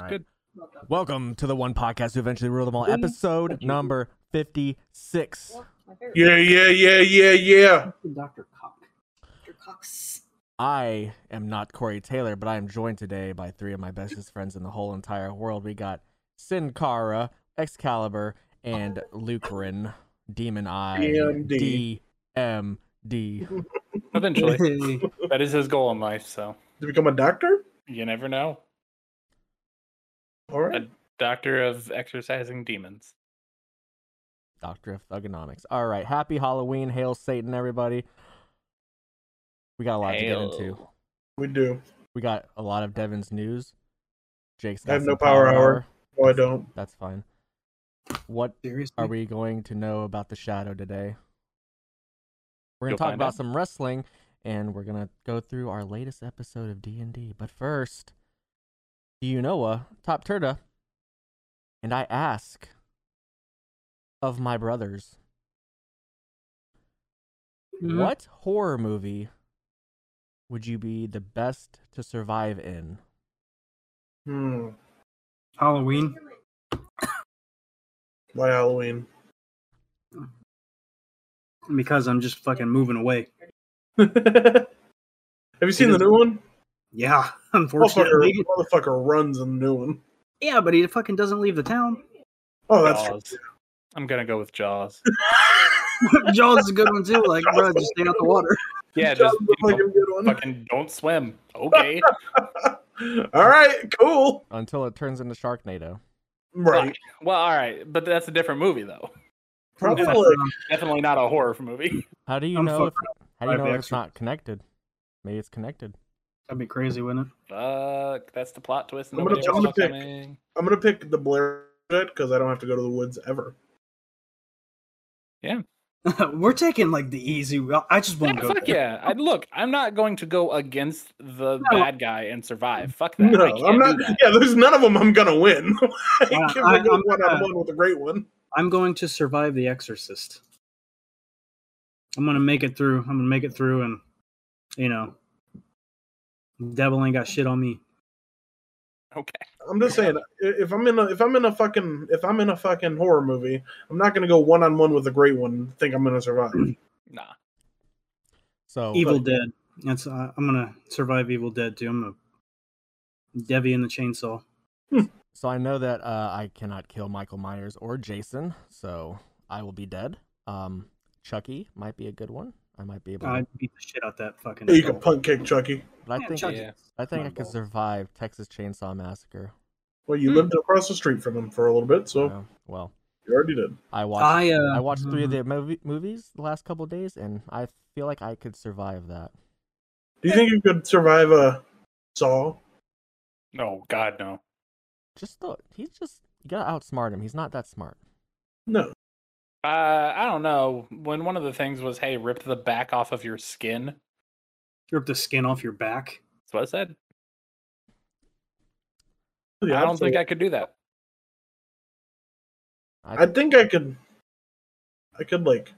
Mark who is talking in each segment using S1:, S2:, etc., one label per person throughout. S1: Welcome.
S2: Welcome to the one podcast who eventually ruled them all, episode number 56.
S1: My favorite
S3: Yeah, yeah, yeah, yeah, yeah.
S1: is Dr. Cock. Dr. Cox.
S2: I am not Corey Taylor, but I am joined today by three of my bestest friends in the whole entire world. We got Sin Cara, Excalibur, and Lucrin, Demon Eye,
S3: DMD.
S2: DMD.
S4: Eventually, that is his goal in life. So
S3: To become a doctor?
S4: you never know.
S3: All right.
S4: Doctor of exercising demons.
S2: Doctor of Thugonomics. All right, happy Halloween. Hail Satan, everybody. We got a lot to get into.
S4: Hail.
S3: We do.
S2: We got a lot of Devin's news. Jake's got
S3: I have no
S2: some
S3: power hour. No, I don't.
S2: That's fine. What
S1: Seriously?
S4: Mm.
S2: are we going to know about the shadow today? We're going
S4: You'll
S2: to talk
S4: find
S2: about
S4: out.
S2: some wrestling and we're going to go through our latest episode of D&D. But first, do you know a top turda? And I ask of my brothers,
S4: Mm-hmm.
S2: what horror movie would you be the best to survive in?
S3: Hmm.
S5: Halloween.
S3: Why Halloween?
S5: because I'm just fucking moving away.
S3: have you seen the new one?
S5: Yeah,
S3: Motherfucker,
S5: unfortunately.
S3: motherfucker runs in the new one.
S5: Yeah, but he fucking doesn't leave the town.
S3: Oh, that's true.
S4: Jaws. I'm gonna go with Jaws.
S5: Jaws is a good one too. Like, bro, just stay out the water.
S4: Yeah,
S3: Jaws
S4: just you know,
S3: is a fucking good one.
S4: fucking don't swim. Okay.
S3: All right, cool.
S2: Until it turns into Sharknado.
S3: Right.
S4: Well, all right, but that's a different movie though.
S3: Probably
S4: That's-
S3: like
S4: Definitely not a horror movie.
S2: How do you
S5: I'm
S2: know? If,
S5: fucking
S2: how do you
S5: I'd
S2: know
S5: be
S2: if it's
S5: extra-
S2: not connected? Maybe it's connected.
S5: That'd be crazy, wouldn't it?
S4: Fuck, that's the plot twist.
S3: I'm gonna-
S4: Nobody
S3: I'm
S4: saw
S3: gonna pick.
S4: coming.
S3: I'm gonna pick the Blair because I don't have to go to the woods ever.
S5: We're taking like the easy. I just
S4: Yeah,
S5: won't go.
S4: fuck
S5: there.
S4: yeah! I, look, I'm not going to go against the
S5: No.
S4: bad guy and survive. Fuck that.
S3: No,
S4: I can't
S3: I'm not.
S4: do that.
S3: Yeah, there's none of them I'm gonna win. like,
S5: Yeah,
S3: if
S5: I-
S3: I go
S5: I'm
S3: one on
S5: gonna-
S3: one with a great one.
S5: I'm going to survive The Exorcist. I'm gonna make it through. I'm gonna make it through, and you know, devil ain't got shit on me.
S4: Okay.
S3: I'm just saying, i- if I'm in a if I'm in a fucking if I'm in a fucking horror movie, I'm not gonna go one on one with a great one. And think I'm gonna survive.
S4: Nah.
S2: So
S5: Evil
S3: But-
S5: Dead. That's uh, I'm gonna survive Evil Dead too. I'm a Devi in the chainsaw.
S2: so I know that uh, I cannot kill Michael Myers or Jason, so I will be dead. Um, Chucky might be a good one. I might be able. To,
S5: I'd beat the shit out that fucking.
S3: Yeah, you can punk kick Chucky.
S2: but I
S5: Yeah,
S2: think
S5: Chucky.
S4: Yeah.
S2: I think I could
S5: Rumble.
S2: survive Texas Chainsaw Massacre.
S3: Well, you
S4: Hmm.
S3: lived across the street from him for a little bit, so
S2: Yeah, well,
S3: you already did.
S2: I watched I,
S5: I uh,
S2: watched three of the movie, movies the last couple of days, and I feel like I could survive that.
S3: Do you think you could survive a Saw?
S4: No, God, no.
S2: Just the he's just you gotta outsmart him. He's not that smart.
S3: No.
S4: Uh, I don't know. When one of the things was, "Hey, rip the back off of your skin." That's
S5: rip the skin off your back.
S4: what I said.
S3: Yeah,
S4: I don't think I could do that.
S3: I think I could. I could like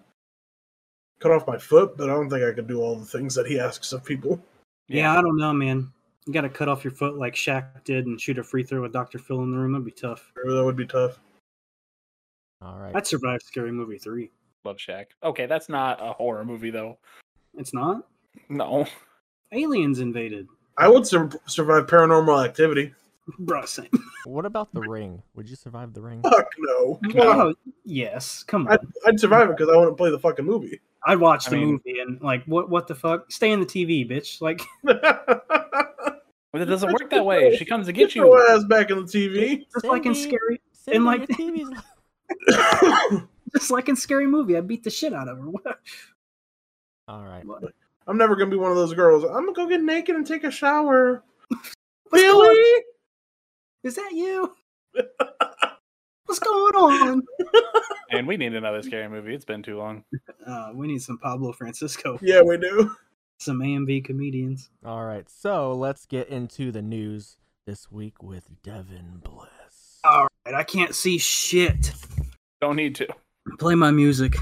S3: cut off my foot, but I don't think I could do all the things that he asks of people.
S5: Yeah, I don't know, man. You gotta cut off your foot like Shaq did and shoot a free throw with Dr. Phil in the room. That'd be tough.
S3: That would be tough.
S2: All right.
S5: I'd survive Scary Movie 3.
S4: love Shack. Okay, that's not a horror movie though.
S5: It's not?
S4: No,
S5: Aliens invaded.
S3: I would sur- survive paranormal activity.
S5: Bruh, same.
S2: What about the ring? Would you survive the ring?
S3: Fuck no.
S5: Oh, yes. Come on.
S3: I'd, I'd survive it because I wouldn't play the fucking movie.
S5: I'd watch
S4: I
S5: the
S4: mean-
S5: movie and, like, what What the fuck? Stay in the TV, bitch. Like,
S3: Get
S4: but it doesn't work that way. She comes to get you.
S3: your ass back in the TV.
S5: just like in
S2: Cindy,
S5: Scary.
S2: Cindy,
S5: like-
S2: your TV's
S5: Just like in Scary Movie. I beat the shit out of her.
S2: All right.
S5: What-
S3: I'm never gonna be one of those girls. I'm gonna go get naked and take a shower.
S5: What's going-
S3: Really?
S5: Is that you? What's going on?
S4: And we need another scary movie. It's been too long.
S5: Uh, we need some Pablo Francisco,
S3: Yeah, we do.
S5: some AMV comedians.
S2: All right. So let's get into the news this week with Devin Bliss.
S5: All right, I can't see shit.
S4: Don't need to.
S5: Play my music.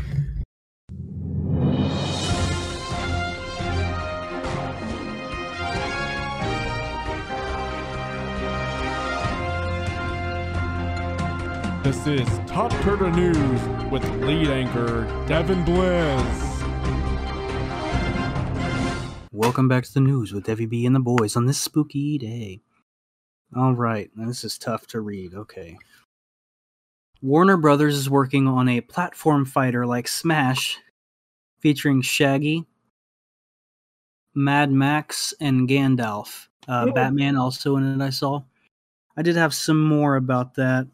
S6: This is Top Turtle News with lead anchor Devin Bliss.
S5: Welcome back to the news with Debbie B and the boys on this spooky day. All right, now this is tough to read. Okay. Warner Brothers is working on a platform fighter like Smash featuring Shaggy, Mad Max, and Gandalf. Uh,
S3: Ooh.
S5: Batman also in it, I saw. I did have some more about that.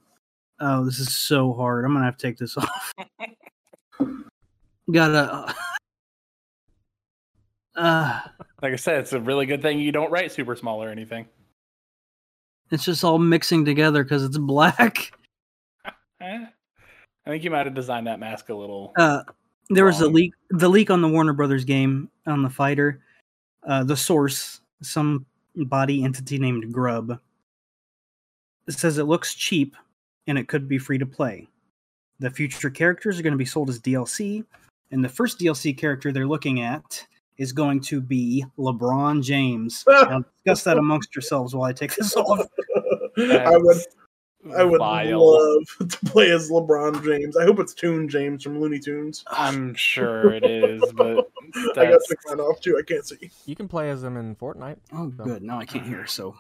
S5: Oh, this is so hard. I'm going to have to take this off. Gotta. Uh,
S4: Like I said, it's a really good thing you don't write super small or anything.
S5: It's just all mixing together because it's black.
S4: Eh. I think you might have designed that mask a little.
S5: Uh, there was a
S4: Wrong.
S5: leak, the leak on the Warner Brothers game on the fighter. Uh, the source, some body entity named Grub, says it looks cheap and it could be free to play. The future characters are going to be sold as DLC, and the first DLC character they're looking at is going to be LeBron James. now discuss that amongst yourselves while I take this off.
S3: I would I would
S4: Vile.
S3: love to play as LeBron James. I hope it's Toon James from Looney Tunes.
S4: I'm sure it is, but
S3: I got
S4: that's-
S3: the mine off too. I can't see.
S2: You can play as them in Fortnite.
S5: Oh,
S2: So-
S5: good. Now I can't hear, so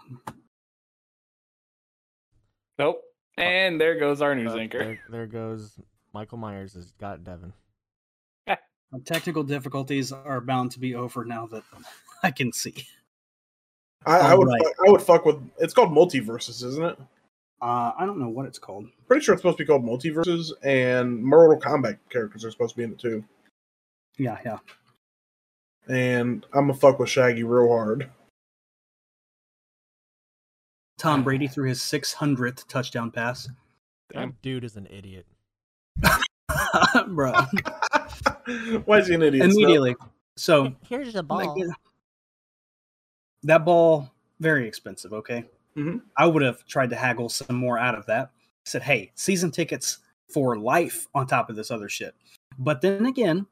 S4: nope. And there goes our news
S2: Uh,
S4: anchor.
S2: There, there goes Michael Myers has got Devin.
S5: Uh, Technical difficulties are bound to be over now that I can see.
S3: I, I would
S5: Alright.
S3: fuck, I would fuck with. It's called multiverses, isn't it?
S5: Uh, I don't know what it's called.
S3: Pretty sure it's supposed to be called multiverses, and Mortal Kombat characters are supposed to be in it too.
S5: Yeah, yeah.
S3: And I'm gonna fuck with Shaggy real hard.
S5: Tom Brady threw his 600th touchdown pass.
S4: Damn.
S2: That dude is an idiot.
S5: Bruh.
S3: Why is he an idiot? Snow?
S5: Immediately. So
S2: Here's the
S5: that ball, very expensive, okay?
S3: Mhm.
S5: I would have tried to haggle some more out of that. Said, hey, season tickets for life on top of this other shit. But then again,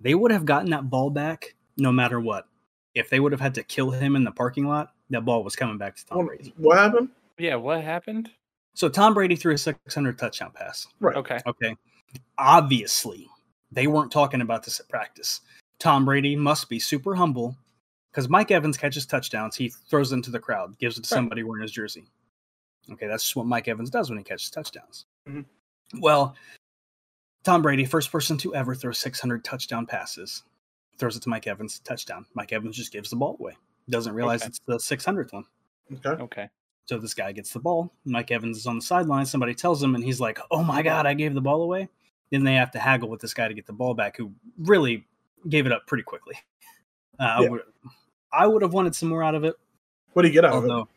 S5: they would have gotten that ball back no matter what. If they would have had to kill him in the parking lot, that ball was coming back to Tom Brady.
S3: What happened?
S4: Yeah, what happened?
S5: So Tom Brady threw a 600 touchdown pass.
S3: Right.
S4: Okay.
S5: Okay. Obviously, they weren't talking about this at practice. Tom Brady must be super humble because Mike Evans catches touchdowns. He throws them to the crowd, gives it to
S4: Right.
S5: somebody wearing his jersey. Okay. That's just what Mike Evans does when he catches touchdowns.
S3: Mhm.
S4: Mm-hmm.
S5: Well, Tom Brady, first person to ever throw 600 touchdown passes, throws it to Mike Evans, touchdown. Mike Evans just gives the ball away, doesn't realize
S4: Okay.
S5: it's the 600th one.
S3: Okay.
S4: Okay.
S5: So this guy gets the ball. Mike Evans is on the sideline. Somebody tells him, and he's like, "Oh my god, I gave the ball away." Then they have to haggle with this guy to get the ball back, who really gave it up pretty quickly. Uh, I
S3: Yeah.
S5: would, I would have wanted some more out of it.
S3: What do you get out of
S5: Although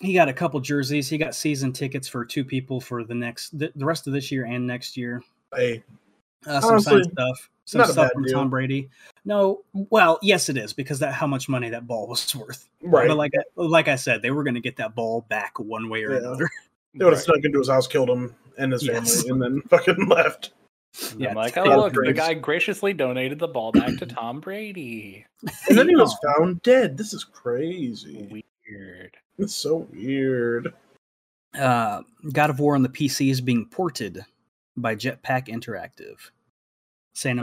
S5: he got a couple jerseys, he got season tickets for two people for the next, the, the rest of this year and next year.
S3: it? Hey,
S5: Uh, some signed
S3: Honestly,
S5: stuff, some
S3: not a
S5: stuff
S3: bad
S5: from
S3: deal.
S5: Tom Brady. No, well, yes, it is because that how much money that ball was worth.
S3: right.
S5: But like I, like I said, they were going to get that ball back one way or
S3: Yeah.
S5: another.
S3: they would have
S4: Right.
S3: snuck into his house, killed him and his
S5: Yes.
S3: family, and then fucking left.
S4: And I'm
S5: Yeah,
S4: like, oh,
S5: Tom
S4: look, the
S3: Brady's-
S4: guy graciously donated the ball back to Tom Brady.
S3: And then he was
S5: Yeah.
S3: found dead. This is crazy.
S4: Weird.
S3: Oh, It's so weird.
S5: Uh, God of War on the PC is being ported by Jetpack Interactive. Santa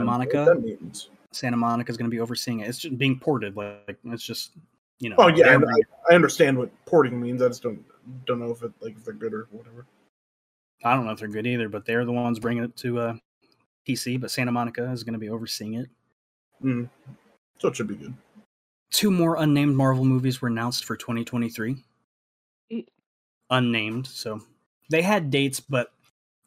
S3: What that
S5: Monica,
S3: means.
S5: Santa Monica is going to be overseeing it. It's just being ported, like it's just you know.
S3: Oh yeah, I,
S5: they're-
S3: I understand what porting means. I just don't don't know if it like if they're good or whatever.
S5: I don't know if they're good either, but they're the ones bringing it to uh, PC. But Santa Monica is going to be overseeing it.
S3: Mm. So it should be good.
S5: Two more unnamed Marvel movies were announced for 2023.
S1: Mm.
S5: Unnamed, so they had dates, but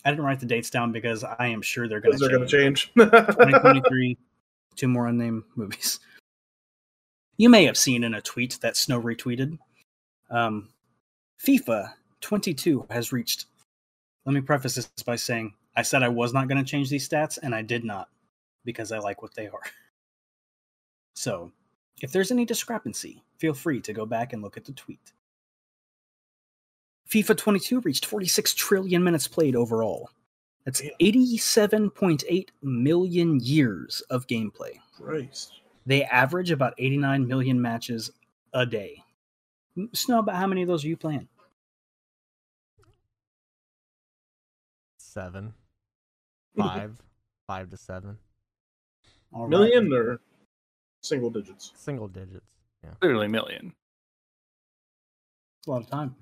S5: I didn't write the dates down because I am sure they're going
S3: Because
S5: to
S3: they're going to
S5: change.
S3: change.
S5: 2023, two more unnamed movies. You may have seen in a tweet that Snow retweeted. Um, FIFA 22 has reached. Let me preface this by saying I said I was not going to change these stats, and I did not because I like what they are. So, if there's any discrepancy, feel free to go back and look at the tweet. FIFA 22 reached 46 trillion minutes played overall. That's
S3: Damn.
S5: 87.8 million years of gameplay.
S3: Christ.
S5: They average about 89 million matches a day. M- Snow, about how many of those are you playing?
S2: seven, five, five to seven,
S5: All right.
S3: Million or single digits?
S2: single digits. Yeah.
S4: Clearly, million.
S5: It's a lot of time.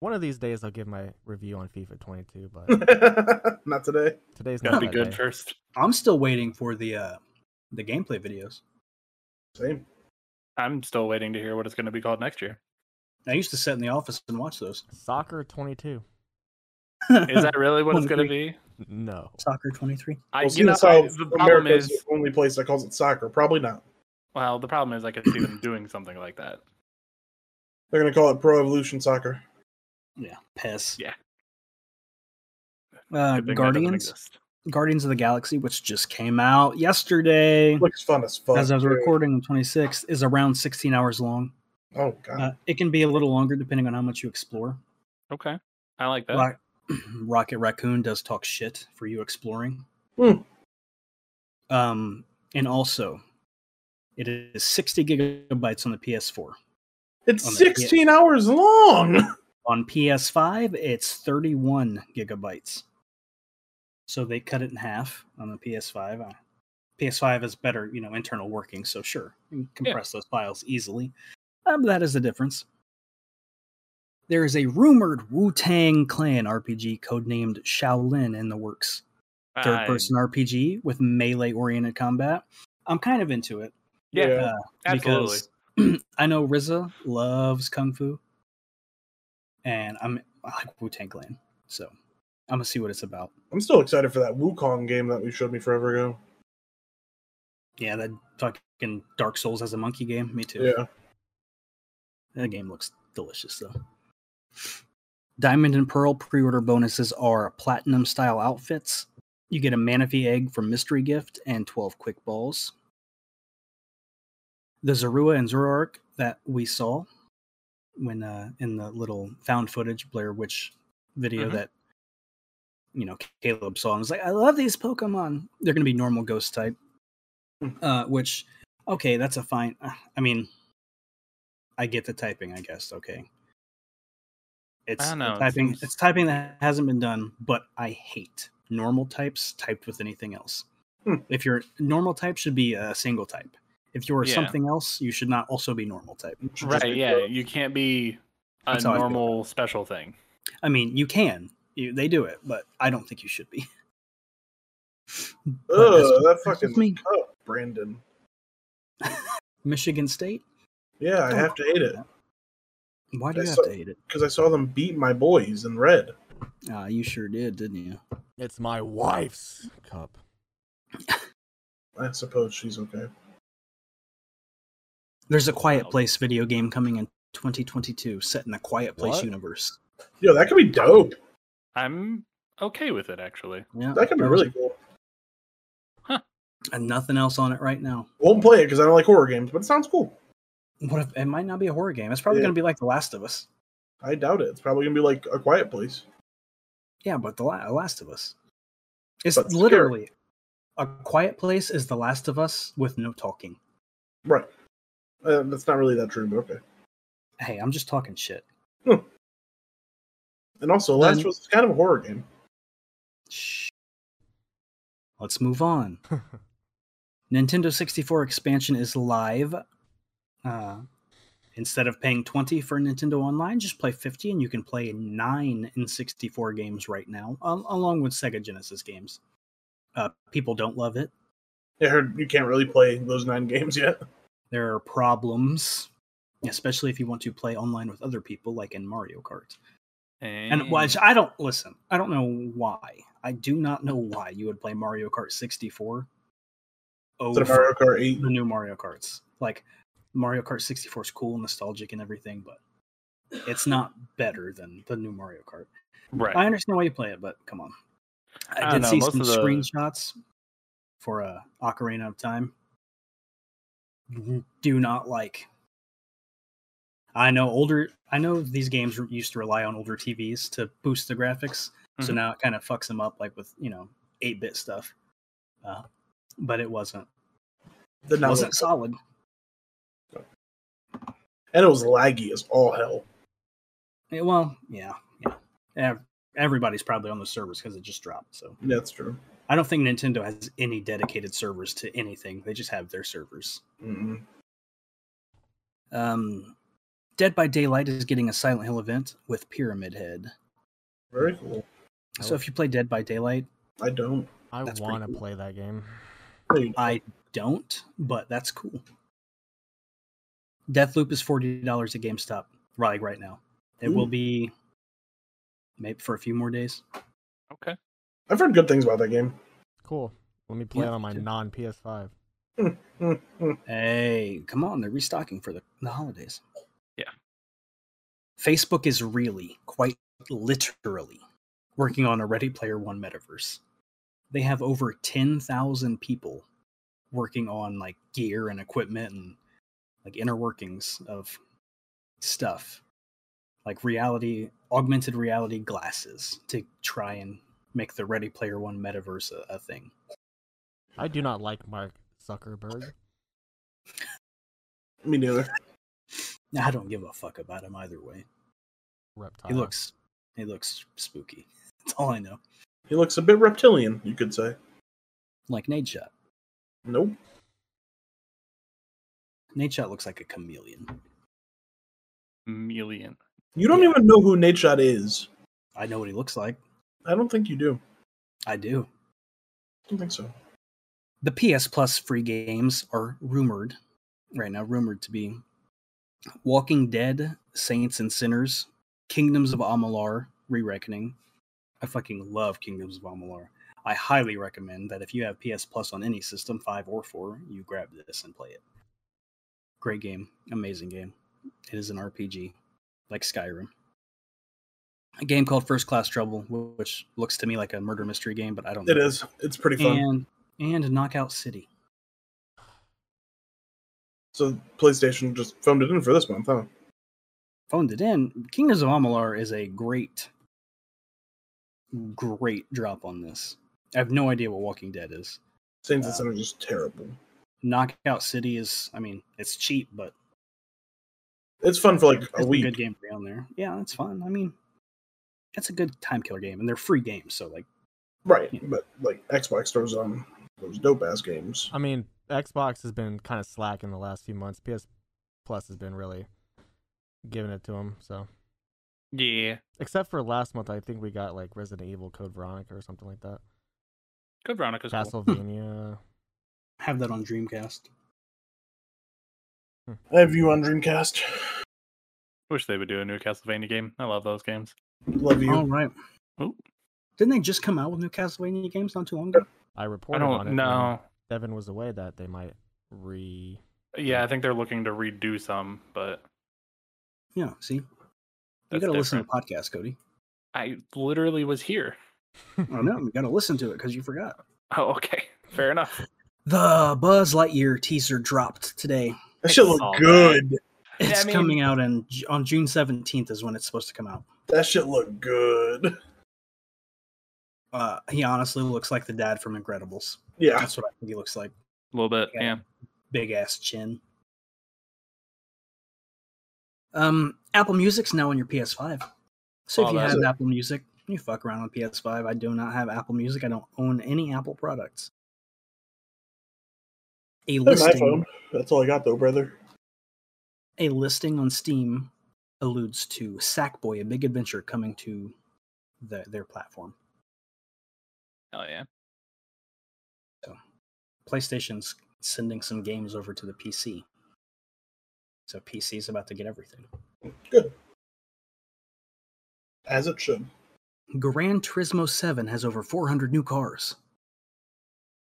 S2: One of these days I'll give my review on FIFA 22, but
S3: Not today.
S2: today's
S4: Gotta
S2: not
S4: be
S2: that
S4: good
S2: day.
S4: first.
S5: I'm still waiting for the uh the gameplay videos.
S3: Same.
S4: I'm still waiting to hear what it's going to be called next year.
S5: I used to sit in the office and watch those.
S2: Soccer 22.
S4: Is that really what it's going to be?
S2: No.
S5: soccer 23?
S4: I,
S3: Well,
S4: you
S3: seeing
S4: know,
S3: as
S4: I-
S3: how
S4: the problem
S3: America's
S4: is,
S3: the only place that calls it soccer. Probably not.
S4: well, the problem is I could see them doing something like that.
S3: They're gonna call it Pro Evolution Soccer.
S5: Yeah, piss.
S4: Yeah.
S5: Uh,
S4: Good thing that doesn't
S5: Guardians,
S4: exist.
S5: Guardians of the Galaxy, which just came out
S4: Hmm.
S5: yesterday.
S3: Looks fun as fuck.
S5: as I was
S3: dude.
S5: recording, the 26th is around 16 hours long.
S3: Oh god.
S5: Uh, it can be a little longer depending on how much you explore.
S4: Okay, I like that.
S5: Rock, Rocket Raccoon does talk shit for you exploring.
S3: Hmm.
S5: Um, and also, it is 60 gigabytes on the PS4. on
S3: it's
S5: the- oh, yeah.
S3: 16 hours long.
S5: On PS5, it's 31 gigabytes. So they cut it in half on the PS5. Uh, PS5 is better, you know, internal working. So sure, you can
S4: Yeah.
S5: compress those files easily. Um, that is the difference. There is a rumored Wu Tang Clan RPG codenamed Shaolin in the works. Third
S4: I-
S5: person RPG with melee oriented combat. I'm kind of into it
S4: Yeah,
S3: Yeah.
S4: absolutely.
S5: because I know Rizza loves kung fu, and I'm I like Wu Tang Clan, so I'm gonna see what it's about.
S3: I'm still excited for that Wukong game that you showed me forever ago.
S5: Yeah, that fucking Dark Souls as a monkey game. Me too.
S3: Yeah.
S5: That game looks delicious though. Diamond and Pearl pre-order bonuses are platinum style outfits. You get a Manaphy egg from Mystery Gift and 12 quick balls. The Zorua and Zora arc that we saw when uh, in the little found footage Blair Witch video
S4: Mhm.
S5: that you know Caleb saw and was like, I love these Pokemon. They're gonna be normal ghost type.
S4: Hmm.
S5: Uh, which okay, that's a fine uh, I mean I get the typing, I guess. Okay. It's
S4: don't
S5: the
S4: know, it
S5: typing.
S4: seems-
S5: It's typing that hasn't been done, but I hate normal types typed with anything else.
S3: Hmm.
S5: If your normal type should be a single type. If you're
S4: Yeah.
S5: something else, you should not also be normal type.
S3: It should just
S4: Right?
S3: be
S4: Yeah,
S3: Pro.
S4: you can't be a
S5: That's how I feel.
S4: normal special thing.
S5: I mean, you can. You, they do it, but I don't think you should be. But
S3: Ugh,
S5: that's-
S3: that
S5: that's
S3: fucking
S5: me.
S3: cup, Brandon.
S5: Michigan State?
S3: Yeah, I
S5: Don't
S3: have to hate it
S5: Why do
S3: I
S5: you have
S3: saw-
S5: to hate it?
S3: because I saw them beat my boys in red.
S5: Uh, you sure did, didn't you?
S2: It's my wife's cup.
S3: I suppose she's okay.
S5: There's a Quiet
S4: Wow.
S5: Place video game coming in 2022 set in the Quiet Place
S2: What?
S5: universe.
S3: Yo, that could be dope.
S4: I'm okay with it actually.
S5: Yeah,
S3: That could be
S5: there was-
S3: really cool.
S5: And nothing else on it right now.
S3: Won't play it because I don't like horror games, but it sounds cool.
S5: What if it might not be a horror game? It's probably
S3: Yeah.
S5: going to be like The Last of Us.
S3: I doubt it. It's probably gonna be like a quiet place.
S5: Yeah, but The La- Last of Us. It's
S3: But scary.
S5: literally a quiet place is The Last of Us with no talking.
S3: Right. Uh, that's not really that true, but okay.
S5: Hey, I'm just talking shit.
S3: And also, Last
S5: Then-
S3: was kind of a horror game.
S5: Shh. Let's move on. Nintendo 64 expansion is live. Uh, instead of paying 20 for Nintendo Online, just play 50 and you can play 9 in 64 games right now, al- along with Sega Genesis games. Uh, people don't love it.
S3: I heard you can't really play those nine games yet.
S5: There are problems, especially if you want to play online with other people, like in Mario Kart.
S4: Mm.
S5: And which I don't listen, I don't know why. I do not know why you would play Mario Kart 64. Oh,
S3: Instead of Mario Kart 8.
S5: the new Mario Karts. Like Mario Kart 64 is cool, and nostalgic, and everything, but it's not better than the new Mario Kart.
S4: right.
S5: I understand why you play it, but come on. I,
S4: I
S5: did
S4: don't know,
S5: see
S4: most
S5: some
S4: of the-
S5: screenshots for uh, Ocarina of Time. Do not like. I know older. I know these games re- used to rely on older TVs to boost the graphics, so
S4: Mhm.
S5: now it kind of fucks them up, like with you know eight bit stuff. Uh, but it wasn't.
S3: Did
S5: It
S3: not
S5: wasn't
S3: look-
S5: solid.
S3: and it was laggy as all hell.
S5: Eh, Yeah, Well, yeah, yeah. Ev- everybody's probably on the servers because it just dropped. So
S3: That's true.
S5: I don't think Nintendo has any dedicated servers to anything. They just have their servers.
S3: Mm-hmm.
S5: Um, Dead by Daylight is getting a Silent Hill event with Pyramid Head.
S3: Very cool.
S5: So if you play Dead by Daylight,
S3: I don't.
S2: I
S5: That's pretty
S2: want to
S5: cool.
S2: play that game.
S3: Wait,
S5: I don't, but that's cool. Deathloop is forty dollars at GameStop, right? Right now, it will
S3: Ooh.
S5: be maybe for a few more days.
S4: Okay.
S3: I've heard good things about that game.
S2: Cool. Let me play
S5: Yeah,
S2: it on my
S5: sure.
S2: non PS5.
S5: Hey, come on, they're restocking for the, the holidays.
S4: Yeah.
S5: Facebook is really, quite literally, working on a Ready Player One metaverse. They have over 10,000 people working on like gear and equipment and like inner workings of stuff like reality, augmented reality glasses to try and make the Ready Player One metaverse a, a thing.
S2: I do not like Mark Zuckerberg.
S3: Me neither.
S5: I don't give a fuck about them either way.
S2: Reptile.
S5: He looks he looks spooky. That's all I know.
S3: He looks a bit reptilian, you could say.
S5: Like Nade Shot.
S3: Nope.
S5: Nade Shot looks like a chameleon.
S4: Million.
S3: You don't
S5: Yeah.
S3: even know who Nate Shot is.
S5: I know what he looks like.
S3: I don't think you do.
S5: I do.
S3: I don't think so.
S5: The PS Plus free games are rumored right now, rumored to be Walking Dead, Saints and Sinners, Kingdoms of Amalar, Re Reckoning. I fucking love Kingdoms of Amalar. I highly recommend that if you have PS Plus on any system, five or four, you grab this and play it. Great game, amazing game. It is an RPG, like Skyrim. A game called First Class Trouble, wh- which looks to me like a murder mystery game, but I don't.
S3: It
S5: know.
S3: is. It's pretty fun.
S5: And and Knockout City.
S3: so PlayStation just filmed it in for this month, huh?
S5: phoned it in. Kingdoms of Amalur is a great, great drop on this. I have no idea what Walking Dead is.
S3: Saints
S5: Uh,
S3: and Sinners is terrible.
S5: Knockout City is, I mean, it's cheap, but
S3: It's fun for like
S5: it's
S3: a week.
S5: good game to be on there. Yeah, that's fun. I mean, it's a good time killer game, and they're free games, so like,
S3: Right,
S5: Yeah.
S3: but like Xbox throws on those dope ass games.
S2: I mean, Xbox has been kind of slack in the last few months. PS Plus has been really giving it to him. So,
S4: Yeah.
S2: except for last month, I think we got like Resident Evil Code Veronica or something like that.
S4: Good Veronica's cool.
S2: Castlevania.
S5: have that on Dreamcast.
S3: I have you on Dreamcast.
S4: Wish they would do a new Castlevania game. I love those games.
S3: Love you.
S5: All right.
S4: Oh.
S5: Didn't they just come out with new Castlevania games not too long ago?
S2: I
S4: I
S2: reported on it.
S4: don't
S2: when
S4: know.
S2: Devin was away that they might re.
S4: Yeah, I think they're looking to redo some, but
S5: Yeah. See, you
S4: that's
S5: gotta listen to
S4: different.
S5: the podcast, Cody.
S4: I literally was here.
S5: I know you gotta listen to it because you forgot.
S4: Oh, okay. Fair enough.
S5: The Buzz Lightyear teaser dropped today.
S3: That shit
S4: saw
S3: looked
S4: that.
S3: good.
S4: Yeah, I
S5: It's
S4: mean-
S5: coming out in, Ju- on June seventeenth is when it's supposed to come out.
S3: That shit looked good.
S5: Uh, he honestly looks like the dad from Incredibles.
S3: Yeah.
S5: That's what I think he looks like.
S4: A little bit.
S5: Yeah.
S4: Yeah.
S5: Big ass chin. Um, Apple Music's now on your PS5. So
S4: Oh,
S5: if you
S4: that's
S5: have
S3: it.
S5: Apple Music, you fuck around on PS5. I do not have Apple Music. I don't own any Apple products.
S3: I
S5: A
S3: have an
S5: listing,
S3: iPhone. That's all I got though, brother.
S5: a listing on Steam alludes to Sackboy: A Big Adventure coming to the, their platform.
S4: Hell yeah.
S5: PlayStation's sending some games over to the PC. So PC's about to get everything.
S3: As it should.
S5: Gran Turismo 7 has over 400 new cars.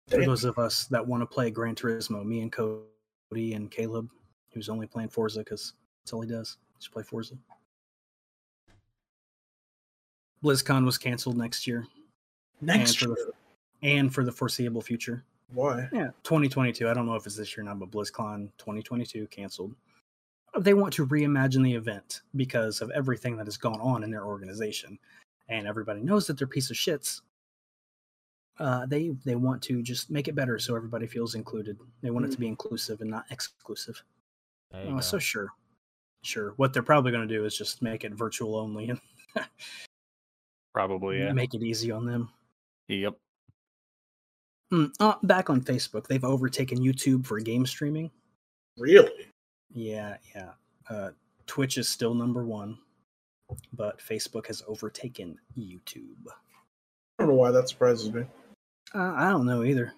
S5: For
S3: Damn.
S5: those of us that want to play Gran Turismo, me and Cody and Caleb, who's only playing Forza because that's all he does, just play Forza. BlizzCon was canceled next year
S3: Next
S5: for the-
S3: year.
S5: and for the foreseeable future.
S3: Why?
S5: Yeah, 2022. I don't know if it's this year or not, but BlizzCon 2022 canceled. They want to reimagine the event because of everything that has gone on in their organization, and everybody knows that they're piece of shits. Uh, they they want to just make it better so everybody feels included. They want it to be inclusive and not exclusive.
S2: There you
S5: Oh,
S2: go.
S5: so sure, sure. What they're probably going to do is just make it virtual only and
S2: Oh,
S4: Probably. Yeah.
S5: Make it easy on them.
S4: Yep.
S5: Mm, uh, back on Facebook, they've overtaken YouTube for game streaming.
S3: Really?
S5: Yeah, yeah. Uh, Twitch is still number one, but Facebook has overtaken YouTube.
S3: I don't know why that surprises me.
S5: Uh, I don't know either.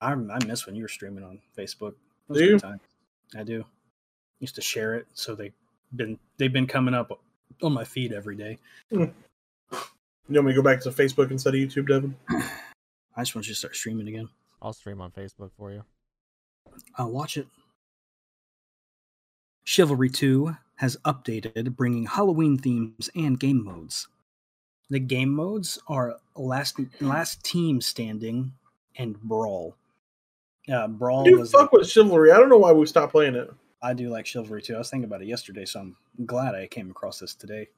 S5: I, I miss when you were streaming on Facebook. It was
S3: Do
S5: a
S3: you?
S5: good time. I do. Used to share it, so they been they've been coming up on my feed every day.
S3: You want me to go back to Facebook instead of YouTube, Devin?
S5: I just want you to start streaming again.
S2: I'll stream on Facebook for you.
S5: I'll Uh, watch it. Chivalry 2 has updated, bringing Halloween themes and game modes. The game modes are last last team standing and brawl. Uh, brawl
S3: Dude,
S5: was
S3: fuck with chivalry. I don't know why we stopped playing it.
S5: I do like chivalry too. I was thinking about it yesterday, so I'm glad I came across this today.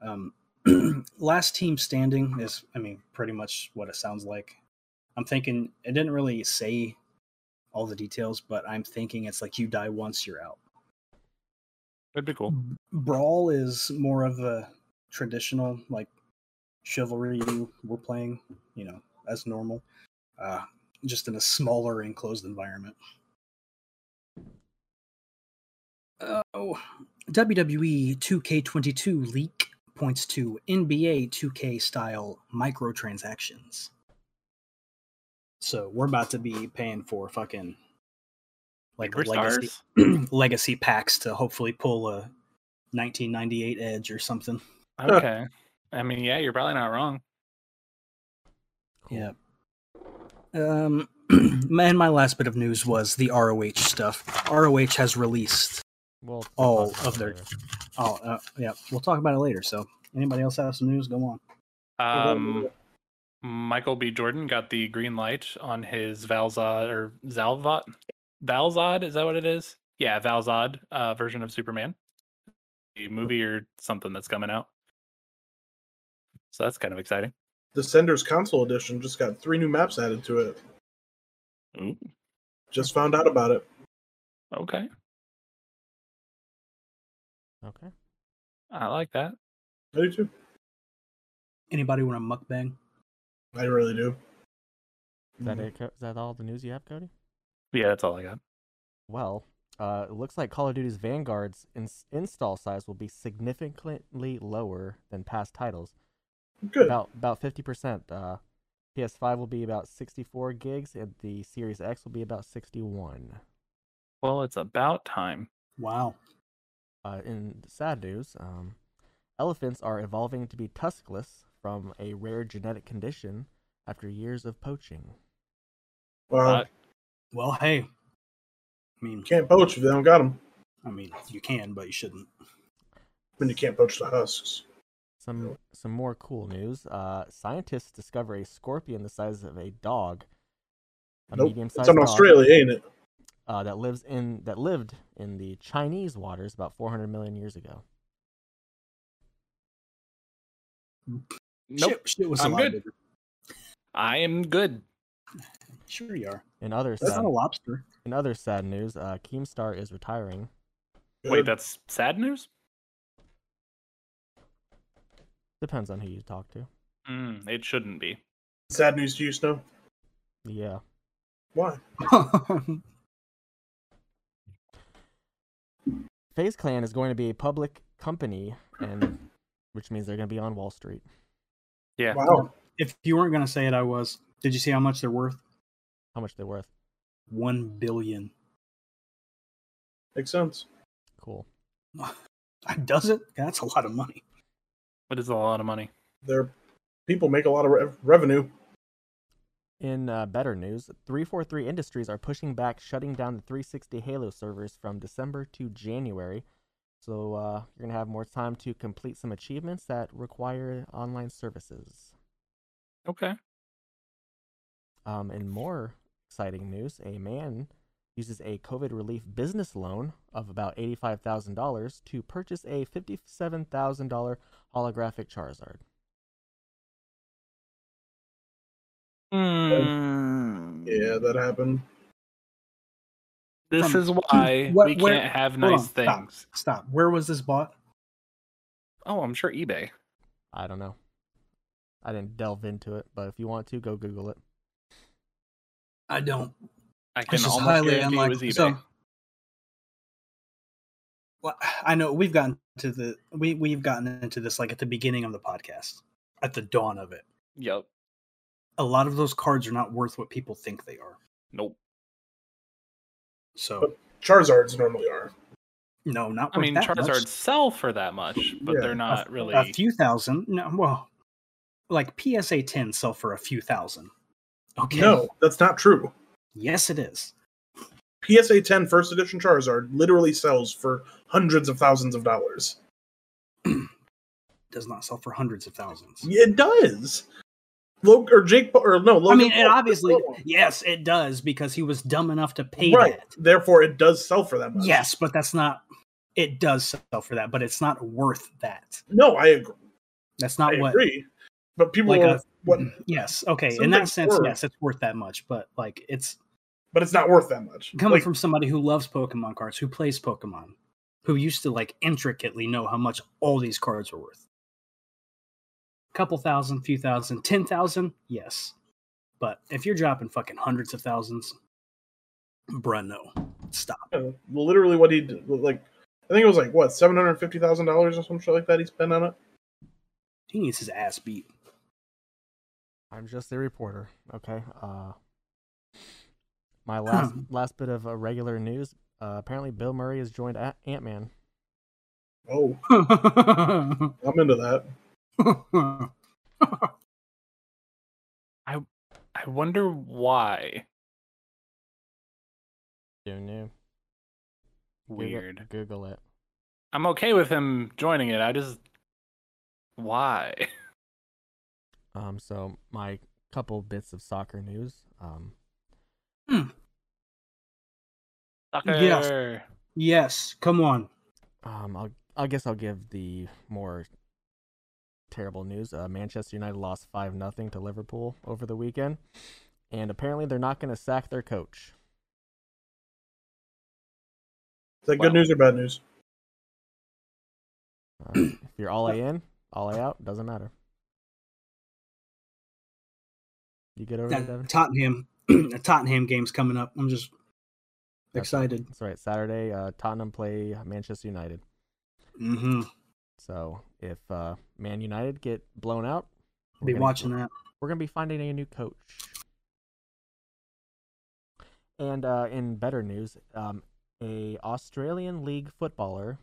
S5: Um, last team standing is, I mean, pretty much what it sounds like. I'm thinking it didn't really say all the details, but I'm thinking it's like you die once, you're out.
S4: That'd be cool.
S5: Brawl is more of a traditional, like chivalry we're playing, you know, as normal, uh, just in a smaller enclosed environment. Oh, E WWE 2K22 leak points to NBA 2K style microtransactions. So we're about to be paying for fucking like
S4: We're
S5: legacy,
S4: stars.
S5: legacy packs to hopefully pull a 1998 Edge or something.
S4: Okay. I mean, yeah, you're probably not wrong.
S5: Yeah. Um, and my last bit of news was the ROH stuff. ROH has released.
S2: Well,
S5: All
S2: talk about
S5: of
S2: it
S5: their-
S2: later.
S5: Oh, uh, yeah, we'll talk about it later. So, anybody else have some news? Go on.
S4: Um, Michael B. Jordan got the green light on his Valzad or Zalvat. Valzad, is that what it is? Yeah, Valzad uh, version of Superman. The movie or something that's coming out. So that's kind of exciting.
S3: The Sender's console edition just got three new maps added to it.
S4: Ooh,
S3: Just found out about it.
S4: okay.
S2: Okay.
S4: I like that.
S3: I do too.
S5: Anybody want a mukbang?
S3: I really do.
S2: Is
S5: Mm-hmm.
S2: that it? Co- Is that all the news you have, Cody?
S4: Yeah, that's all I got.
S2: Well, uh, it looks like Call of Duty's Vanguard's ins- install size will be significantly lower than past titles.
S3: Good.
S2: About about fifty percent. Uh, PS5 will be about sixty-four gigs, and the Series X will be about sixty-one.
S4: Well, it's about time.
S5: Wow.
S2: Uh, in sad news, um, elephants are evolving to be tuskless from a rare genetic condition after years of poaching.
S3: Wow.
S4: Uh,
S5: Well, hey. I mean,
S3: you can't poach if they don't got them.
S5: I mean, you can, but you shouldn't.
S3: I mean, you can't poach the husks.
S2: Some some more cool news. Uh, scientists discover a scorpion the size of a dog. A
S3: Nope. It's
S2: medium-sized
S3: in
S2: dog.
S3: Australia, ain't it?
S2: uh, that lives in that lived in the Chinese waters about 400 million years ago.
S4: nope.
S5: Shit, shit was a
S4: I'm
S5: lot
S4: good.
S5: bigger.
S4: I am good.
S5: Sure you are.
S2: In other
S5: That's
S2: sad,
S5: not a lobster.
S2: in other sad news, uh, Keemstar is retiring.
S4: Wait,
S3: Good.
S4: that's sad news?
S2: Depends on who you talk to.
S4: Mm, it shouldn't be.
S3: sad news to you, Snow.
S2: Yeah.
S3: Why?
S2: FaZe Clan is going to be a public company, and which means they're going to be on Wall Street.
S4: Yeah.
S3: Wow.
S5: if you weren't going to say it, I was. Did you see how much they're worth?
S2: How much they're worth?
S5: One billion.
S3: Makes sense.
S2: Cool.
S5: Does it? That's a lot of money.
S4: But it's a lot of money.
S3: Their people make a lot of rev revenue.
S2: In uh, better news, 343 Industries are pushing back shutting down the 360 Halo servers from December to January. So uh, you're going to have more time to complete some achievements that require online services.
S4: Okay.
S2: Um, in more exciting news, a man uses a COVID relief business loan of about $85,000 to purchase a $57,000 holographic Charizard.
S4: Mm.
S3: Yeah, that happened.
S4: This
S5: From-
S4: is why
S5: What-
S4: we can't
S5: where-
S4: have
S5: Hold on,
S4: nice
S5: stop,
S4: things.
S5: Stop. Where was this bought?
S4: Oh, I'm sure eBay.
S2: I don't know. I didn't delve into it, but if you want to, go Google it.
S5: I don't.
S4: I can
S5: It's just
S4: almost
S5: highly
S4: guarantee it was
S5: unlikely.
S4: eBay.
S5: So, well, I know we've gotten to the we we've gotten into this like at the beginning of the podcast, at the dawn of it.
S4: Yep.
S5: A lot of those cards are not worth what people think they are.
S4: Nope.
S5: So
S3: But- Charizards normally are.
S5: no, not.
S4: I
S5: worth
S4: mean,
S5: that
S4: Charizards
S5: much.
S4: sell for that much, but
S3: Yeah,
S4: they're not
S5: f-
S4: really.
S5: a few thousand. No, well, like PSA ten sell for a few thousand. Okay.
S3: No, that's not true.
S5: Yes, it is.
S3: PSA 10 first edition Charizard literally sells for hundreds of thousands of dollars.
S5: Does not sell for hundreds of thousands.
S3: It does. Log- or Jake Paul, or no,
S5: I
S3: Logan
S5: mean, it
S3: Paul-
S5: obviously, yes, it does because he was dumb enough to pay
S3: right.
S5: that.
S3: Therefore, it does sell for that much.
S5: Yes, but that's not. It does sell for that, but it's not worth that.
S3: No, I agree.
S5: That's
S3: I
S5: not what.
S3: agree. But people
S5: Like
S3: are,
S5: a- mm.
S3: what,
S5: Yes. Okay. In that
S3: Something's
S5: sense,
S3: worth.
S5: yes, it's worth that much. But like, it's
S3: but it's not worth that much.
S5: coming
S3: Like,
S5: from somebody who loves Pokemon cards, who plays Pokemon, who used to like intricately know how much all these cards are worth. Couple thousand, few thousand, ten thousand, yes. But if you're dropping fucking hundreds of thousands, bruh, no, stop.
S3: you know, literally what he did, like, I think it was like, what, $750,000 or some shit like that he spent on it?
S5: He needs his ass beat.
S2: I'm just a reporter, okay? Uh, my last last bit of uh, regular news. Uh, apparently, Bill Murray has joined a- Ant Man.
S3: Oh, I'm into that.
S4: I wonder why.
S2: Who knew? Google-
S4: Weird.
S2: Google it.
S4: I'm okay with him joining it. I just why?
S2: Um, so my couple bits of soccer news. Um,
S5: Yes.
S4: Soccer.
S5: yes, come on.
S2: um, I'll I guess I'll give the more terrible news. Uh, Manchester United lost five nothing to Liverpool over the weekend, and apparently they're not going to sack their coach.
S3: Is that
S4: Well.
S3: good news or bad news?
S2: Uh, if you're all a in, all a out, doesn't matter. You get over that, Devin?
S5: That Tottenham, the Tottenham game's coming up. I'm just
S2: That's-
S5: excited.
S2: That's right. Saturday, uh, Tottenham play Manchester United.
S5: Mm-hmm.
S2: So if uh, Man United get blown out, we're
S5: Be
S2: gonna-
S5: watching that.
S2: We're gonna be finding a new coach. And uh, in better news, um, a Australian league footballer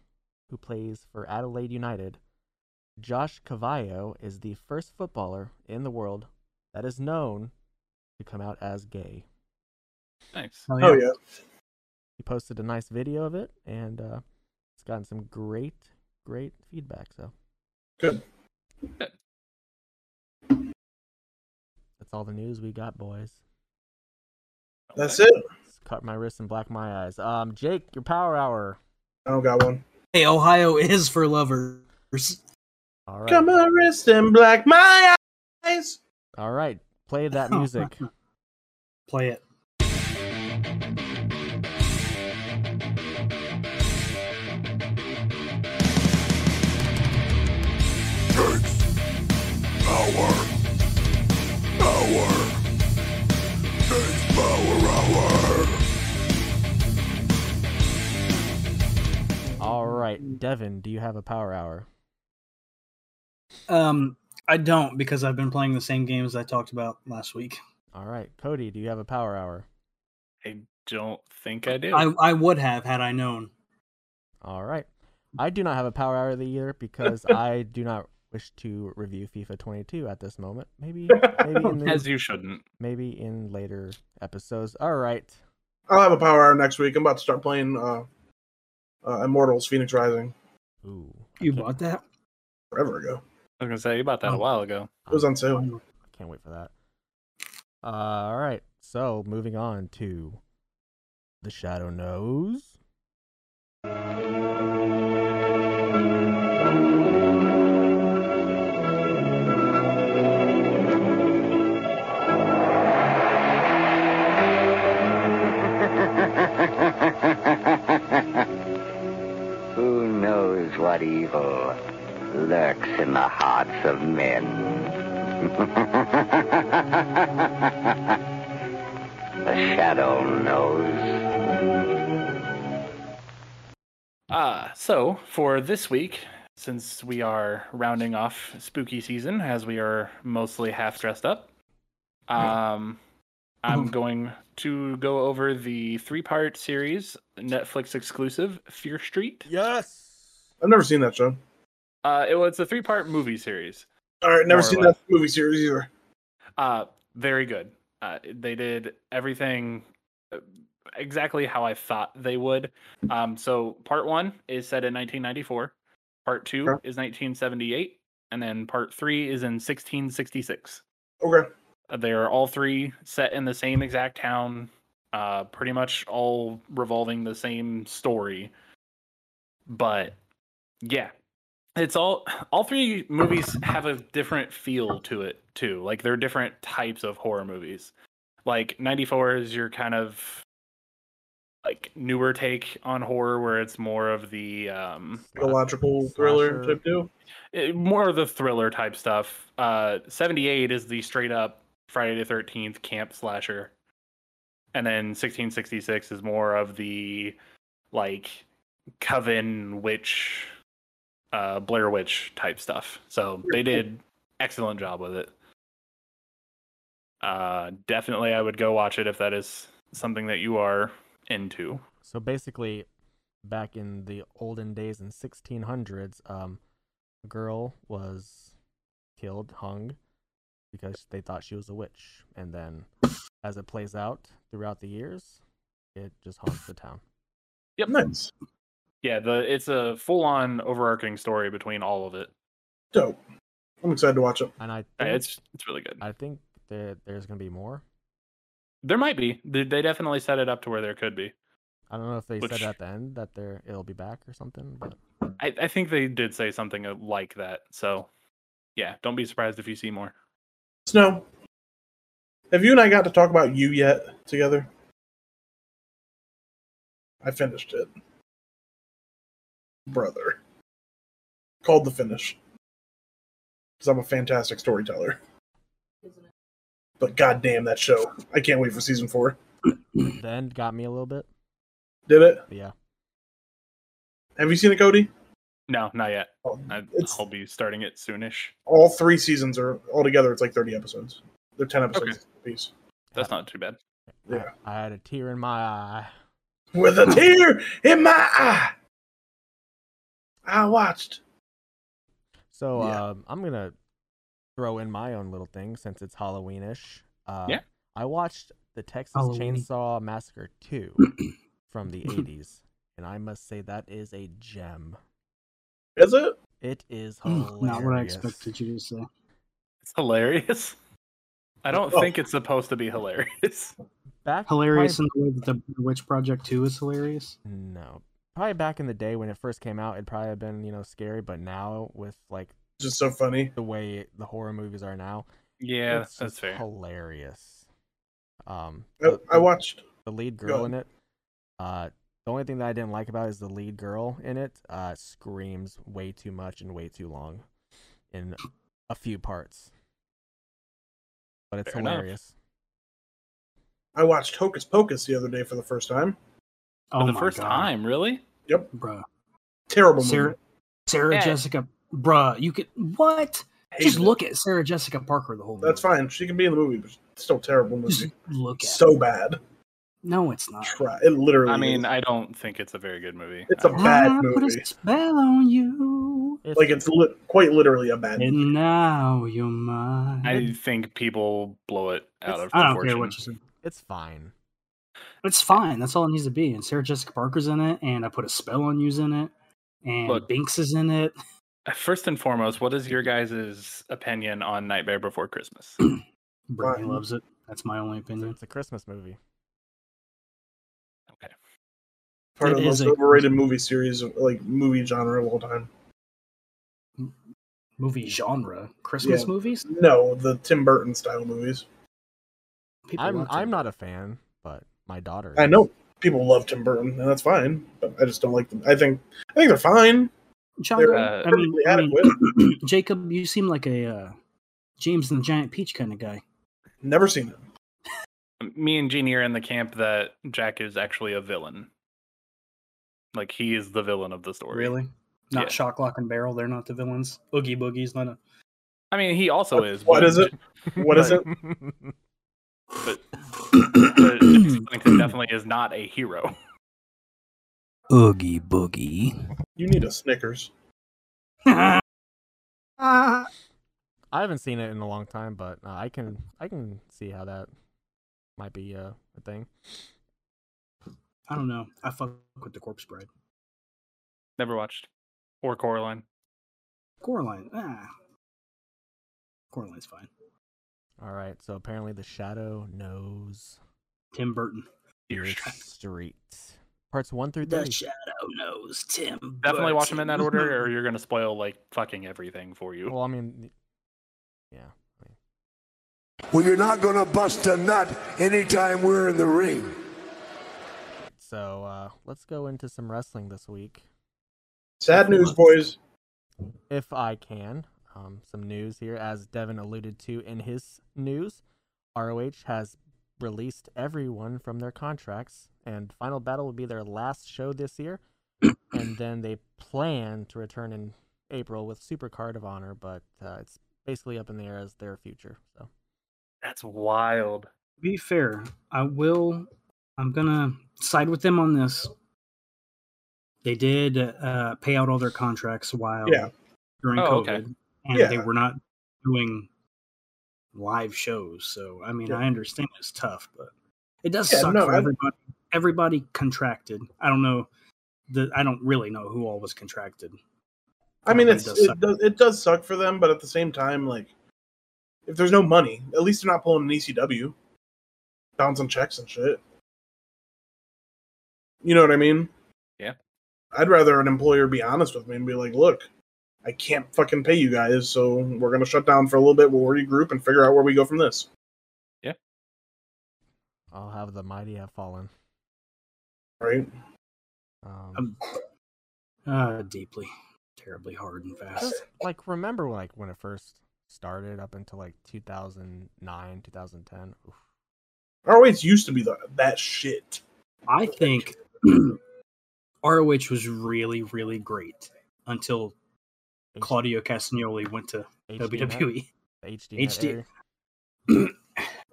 S2: who plays for Adelaide United, Josh Cavallo, is the first footballer in the world that is known to come out as gay.
S4: Nice.
S3: Oh, yeah.
S2: He posted a nice video of it, and uh, it's gotten some great, great feedback. So
S3: Good.
S2: that's all the news we got, boys.
S3: That's it.
S2: Just cut my wrists and black my eyes. Um, Jake, your power hour.
S3: I don't got one.
S5: Hey, Ohio is for lovers.
S2: All right.
S3: Come on, wrist and black my eyes.
S2: All right. Play
S3: Oh.
S2: that music.
S5: Play it.
S2: All right. Devin, do you have a power hour?
S5: Um, I don't because I've been playing the same games I talked about last week.
S2: All right. Cody, do you have a power hour?
S4: I don't think I do.
S5: I, I would have had I known.
S2: All right. I do not have a power hour of the year because I do not wish to review FIFA 22 at this moment. Maybe, maybe in
S4: As
S2: the,
S4: you shouldn't.
S2: maybe in later episodes. All right.
S3: I'll have a power hour next week. I'm about to start playing uh, uh, Immortals Phoenix Rising
S2: Ooh. I
S5: You
S2: can't-
S5: bought that?
S3: forever ago.
S4: I was gonna say you bought that a
S5: Oh.
S4: while ago.
S3: It was on sale.
S2: I can't wait for that. Uh, all right. So moving on to the Shadow Knows.
S7: Who knows what evil lurks in the hearts of men? the shadow knows.
S4: Ah, so for this week, since we are rounding off spooky season, as we are mostly half dressed up, um, I'm going to go over the three part series, Netflix exclusive, Fear Street.
S2: Yes.
S3: I've never seen that show.
S4: Uh, it was a three part movie series.
S3: All right,
S4: More
S3: never
S4: or
S3: seen
S4: less.
S3: that movie series either.
S4: Uh, very good. Uh, they did everything uh, exactly how I thought they would. Um, so part one is set in 1994, part two
S3: Okay.
S4: is 1978, and then part three is in 1666.
S3: Okay.
S4: Uh, They are all three set in the same exact town, uh, pretty much all revolving the same story. But yeah, it's all all three movies have a different feel to it too. Like they're different types of horror movies. Like 94 is your kind of like newer take on horror where it's more of the um
S2: Uh,
S3: Psychological thriller
S2: Slasher.
S3: type deal.
S4: it- Eh, more of the thriller type stuff. Uh, 78 is the straight up Friday the 13th camp slasher. And then 1666 is more of the like coven witch, uh, Blair Witch type stuff. So they did excellent job with it. Uh, definitely, I would go watch it if that is something that you are into.
S2: So basically, back in the olden days in 1600s, um, a girl was killed, hung, because they thought she was a witch. And then, as it plays out throughout the years, it just haunts the town.
S4: Yep.
S3: Nice.
S4: Yeah, the it's a full on overarching story between all of it.
S3: Dope. I'm excited to watch it.
S2: And I
S4: Uh,
S2: think,
S4: It's it's really good.
S2: I think that there's gonna be more.
S4: There might be. They they definitely set it up to where there could be.
S2: I don't know if they
S4: Which-
S2: said at the end that there it'll be back or something, but
S4: I, I think they did say something uh, like that. So, yeah, don't be surprised if you see more.
S3: Snow, have you and I got to talk about you yet together? I finished it. Brother. Called the finish. Because I'm a fantastic storyteller.
S1: Isn't it?
S3: But goddamn that show. I can't wait for season four.
S2: the end got me a little bit.
S3: Did it?
S2: But yeah,
S3: Have you seen it, Cody?
S4: No, not yet.
S3: Oh,
S4: I,
S3: It's-
S4: I'll be starting it soonish.
S3: All three seasons are altogether it's like thirty episodes. They're ten episodes apiece.
S4: That's not too bad.
S2: I-
S3: Yeah.
S2: I, had a tear in my eye.
S3: With a tear in my eye. I watched.
S2: So
S3: Yeah.
S2: um, I'm gonna throw in my own little thing since it's Halloweenish. Uh,
S4: Yeah.
S2: I watched the Texas
S5: Halloween-y.
S2: Chainsaw Massacre 2 from
S4: Hmm.
S2: the 80s, and I must say that is a gem.
S3: Is it?
S2: It is hilarious.
S5: Mm, Not what I expected you to say.
S4: It's hilarious. I don't
S3: Oh.
S4: think it's supposed to be hilarious.
S2: Back
S5: Hilarious
S2: probably-
S5: in the way that the Blair Witch Project 2 is hilarious.
S2: no, probably back in the day when it first came out, it'd probably have been you know scary, but now with like
S3: Just so funny.
S2: the way the horror movies are now,
S4: Yeah,
S2: it's oh
S4: that's
S2: just
S4: fair.
S2: hilarious. Um,
S3: I,
S2: the-
S3: I watched
S2: the lead
S3: Go
S2: girl in
S3: ahead.
S2: it. Uh, the only thing that I didn't like about it is the lead girl in it uh, screams way too much and way too long in a few parts. But it's
S4: Fair enough.
S2: hilarious.
S3: I watched Hocus Pocus the other day for the first time.
S5: Oh,
S4: For the
S5: my
S4: first
S5: God.
S4: time, really?
S5: Bruh.
S3: Terrible movie.
S5: Sarah, Sarah
S4: Yeah.
S5: Jessica. Bruh, you could. What?
S3: Hated
S5: Just
S3: it.
S5: look at Sarah Jessica Parker the whole movie.
S3: That's fine. She can be in the movie, but it's still a terrible
S5: Just
S3: movie.
S5: look at it.
S3: So bad.
S5: No, it's not.
S3: Try. It literally.
S4: I mean,
S3: is.
S4: I don't think it's a very good movie.
S3: It's a
S4: I-
S3: bad
S5: I put
S3: movie.
S5: a spell on you.
S2: It's,
S3: like it's li- quite literally a bad movie.
S5: And now you're mine.
S4: I think people blow it out
S2: It's-
S4: of
S5: I don't
S4: proportion.
S5: care what you say.
S2: it's fine.
S5: It's fine. That's all it needs to be. And Sarah Jessica Parker's in it, and I put a spell on you's in it, and
S4: Look.
S5: Binks is in it.
S4: First and foremost, what is your guys' opinion on Nightmare Before Christmas?
S5: Brittany
S3: Right.
S5: loves it. That's my only
S2: It's a,
S5: opinion.
S2: it's a Christmas movie.
S3: Part
S5: It
S3: of the
S5: is
S3: most
S5: a-
S3: overrated movie series, of, like movie genre of all time.
S5: Movie genre, Christmas
S3: Yeah.
S5: movies.
S3: No, the Tim Burton style movies.
S5: People
S2: I'm
S5: love it.
S2: I'm not a fan, but my daughter.
S3: I
S2: is.
S3: know people love Tim Burton, and that's fine. But I just don't like them. I think I think they're fine.
S5: John,
S3: They're
S5: I
S4: uh,
S3: perfectly
S5: mean, I mean,
S3: adequate.
S5: Jacob, you seem like a uh, James and the Giant Peach kind of guy.
S3: Never seen it.
S4: Me and Jeannie are in the camp that Jack is actually a villain. Like he is the villain of the story.
S5: Not
S4: Yeah.
S5: Shock, Lock, and Barrel. They're not the villains. Oogie Boogie's not a.
S4: I mean, he also
S3: What-
S4: is.
S3: what
S4: but
S3: is it? What is it?
S4: But, but Skellington definitely is not a hero.
S5: Oogie Boogie.
S3: You need a Snickers.
S2: I haven't seen it in a long time, but uh, I can I can see how that might be uh, a thing.
S5: I don't know. I fuck with the Corpse Bride.
S4: Never watched. Or Coraline.
S5: Coraline. Ah. Coraline's fine.
S2: All right, so apparently the shadow knows
S5: Tim Burton.
S2: the street. Parts one through
S5: The
S2: three.
S5: Shadow knows Tim.
S4: Definitely watch them in that order, or you're gonna spoil like fucking everything for you.
S2: well, I mean, yeah.
S8: Well, you're not going to bust a nut anytime we're in the ring.
S2: So uh, let's go into some wrestling this week,
S3: Sad news, boys.
S2: if I can. Um, some news here, as Devin alluded to in his news, ROH has released everyone from their contracts, and Final Battle will be their last show this year. and then they plan to return in April with Supercard of Honor, but uh, it's basically up in the air as their future. So
S4: That's wild.
S5: To be fair, I will. I'm gonna side with them on this. They did uh, pay out all their contracts while
S3: Yeah.
S5: during
S4: Oh,
S5: COVID,
S4: okay.
S5: and they
S3: Yeah.
S5: were not doing live shows. So I mean,
S3: Yeah.
S5: I understand it's tough, but it does
S3: Yeah,
S5: suck
S3: no,
S5: for
S3: I-
S5: everybody. Everybody contracted. I don't know. The, I don't really know who all was contracted.
S3: I mean,
S5: It
S3: it's
S5: does
S3: it
S5: suck.
S3: does, it does suck for them, but at the same time, like, if there's no money, at least they're not pulling an ECW, bouncing checks and shit. You know what I mean?
S4: Yeah.
S3: I'd rather an employer be honest with me and be like, "Look, I can't fucking pay you guys, so we're gonna shut down for a little bit. We'll regroup and figure out where we go from this."
S2: I'll have the mighty have fallen.
S3: Right?
S2: Um,
S5: Um, uh, deeply, terribly hard and fast.
S2: just like remember like when it first started up until like 2009 2010 Oof.
S3: Our weights used to be the, that shit.
S5: I think ROH was really, really great until
S2: H-
S5: Claudio Castagnoli went to
S2: HD net-
S5: WWE.
S2: HD, net
S5: HD.
S2: area.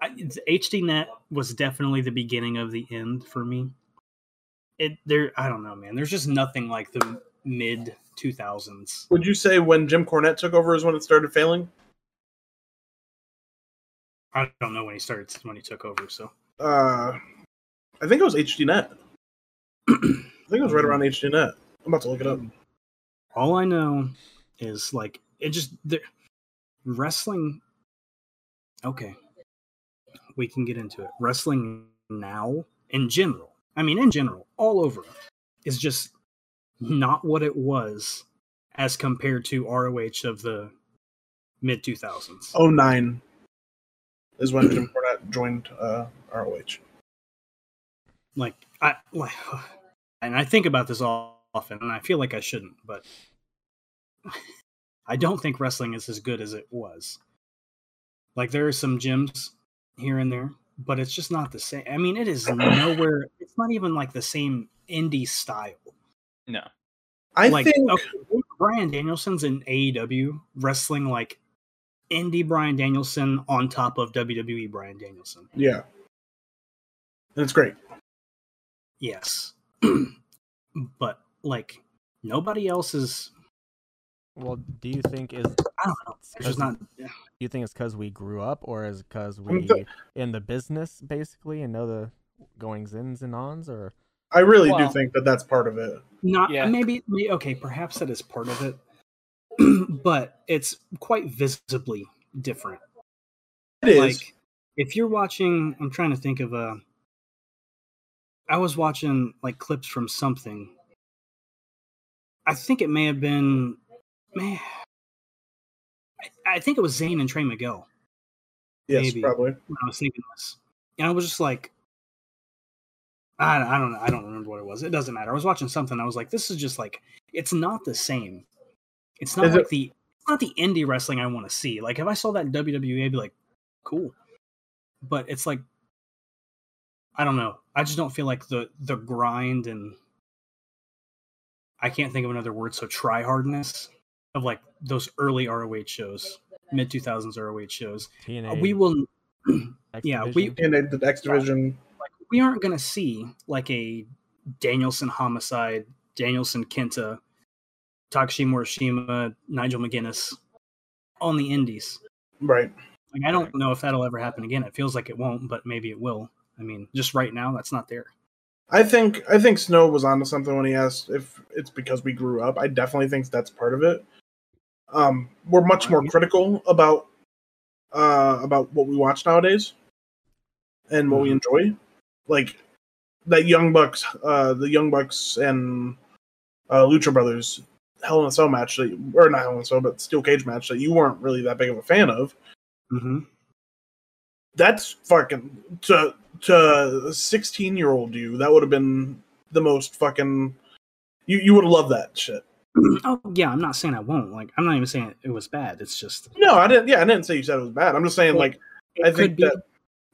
S5: I, it's- HDNet was definitely the beginning of the end for me. It there, I don't know, man. There's just nothing like the mid 2000s.
S3: Would you say when Jim Cornette took over is when it started failing?
S5: I don't know when he started when he took over. So
S3: Uh, I think it was HDNet. I think it was right around HDNet. I'm about to look it up.
S5: all I know is like it just there, wrestling. Okay, we can get into it. Wrestling now, in general, I mean, in general, all over, is just not what it was as compared to ROH of the mid two thousands.
S3: 09 Oh, is when Jim Cornette joined uh, ROH.
S5: Like I, like, and I think about this all often, and I feel like I shouldn't, but I don't think wrestling is as good as it was. Like there are some gyms here and there, but it's just not the same. I mean, it is nowhere. It's not even like the same indie style.
S4: No.
S3: I
S5: like
S3: think
S5: okay, Brian Danielson's in AEW wrestling like indie Brian Danielson on top of WWE Brian Danielson.
S3: yeah. And it's great.
S5: Yes, but like nobody else is.
S2: well do you think is do
S5: I don't know. There's just not.
S2: you think it's because we grew up or is it because we
S3: mean, the-
S2: in the business basically and know the goings ins and ons or
S3: I really
S4: Well-
S3: do think that that's part of it.
S5: not
S4: Yeah.
S5: maybe, may- okay perhaps that is part of it but it's quite visibly different
S3: It is.
S5: like if you're watching i'm trying to think of a i was watching like clips from something i think it may have been man I- i think it was zane and trey miguel
S3: yes,
S5: maybe.
S3: probably.
S5: when I was thinking this, and I was just like, I, I don't know, I don't remember what it was. It doesn't matter. I was watching something. I was like, this is just like, it's not the same. It's not
S3: Is
S5: like
S3: it-
S5: the, it's not the indie wrestling I want to see. Like if I saw that in WWE, I'd be like, cool. But it's like I don't know. I just don't feel like the the grind and I can't think of another word. So try hardness of like those early ROH shows, mid two thousands ROH shows.
S2: TNA.
S5: Uh, We will.
S2: X
S5: yeah, we-
S2: Division.
S3: And at the X Division,
S5: like we aren't going to see like a Danielson homicide, Danielson Kenta, Takashi Morishima, Nigel McGuinness on the indies.
S3: right?
S5: Like I don't know if that'll ever happen again. It feels like it won't, but maybe it will. I mean, just right now, that's not there.
S3: I think I think Snow was onto something when he asked if it's because we grew up. I definitely think that's part of it. Um, we're much more critical about uh, about what we watch nowadays and what we enjoy. Like that Young Bucks, uh, the Young Bucks and uh, Lucha Brothers Hell in a Cell match that you- or not Hell in a Cell, but Steel Cage match that you weren't really that big of a fan of.
S5: Mm-hmm.
S3: that's fucking to to sixteen year old you. That would have been the most fucking. You you would have loved that shit.
S5: oh yeah, I'm not saying I won't. Like I'm not even saying it was bad. It's just
S3: No, I didn't. Yeah, I didn't say you said it was bad. I'm just saying
S5: Well,
S3: like
S5: it
S3: I
S5: could
S3: think
S5: be
S3: that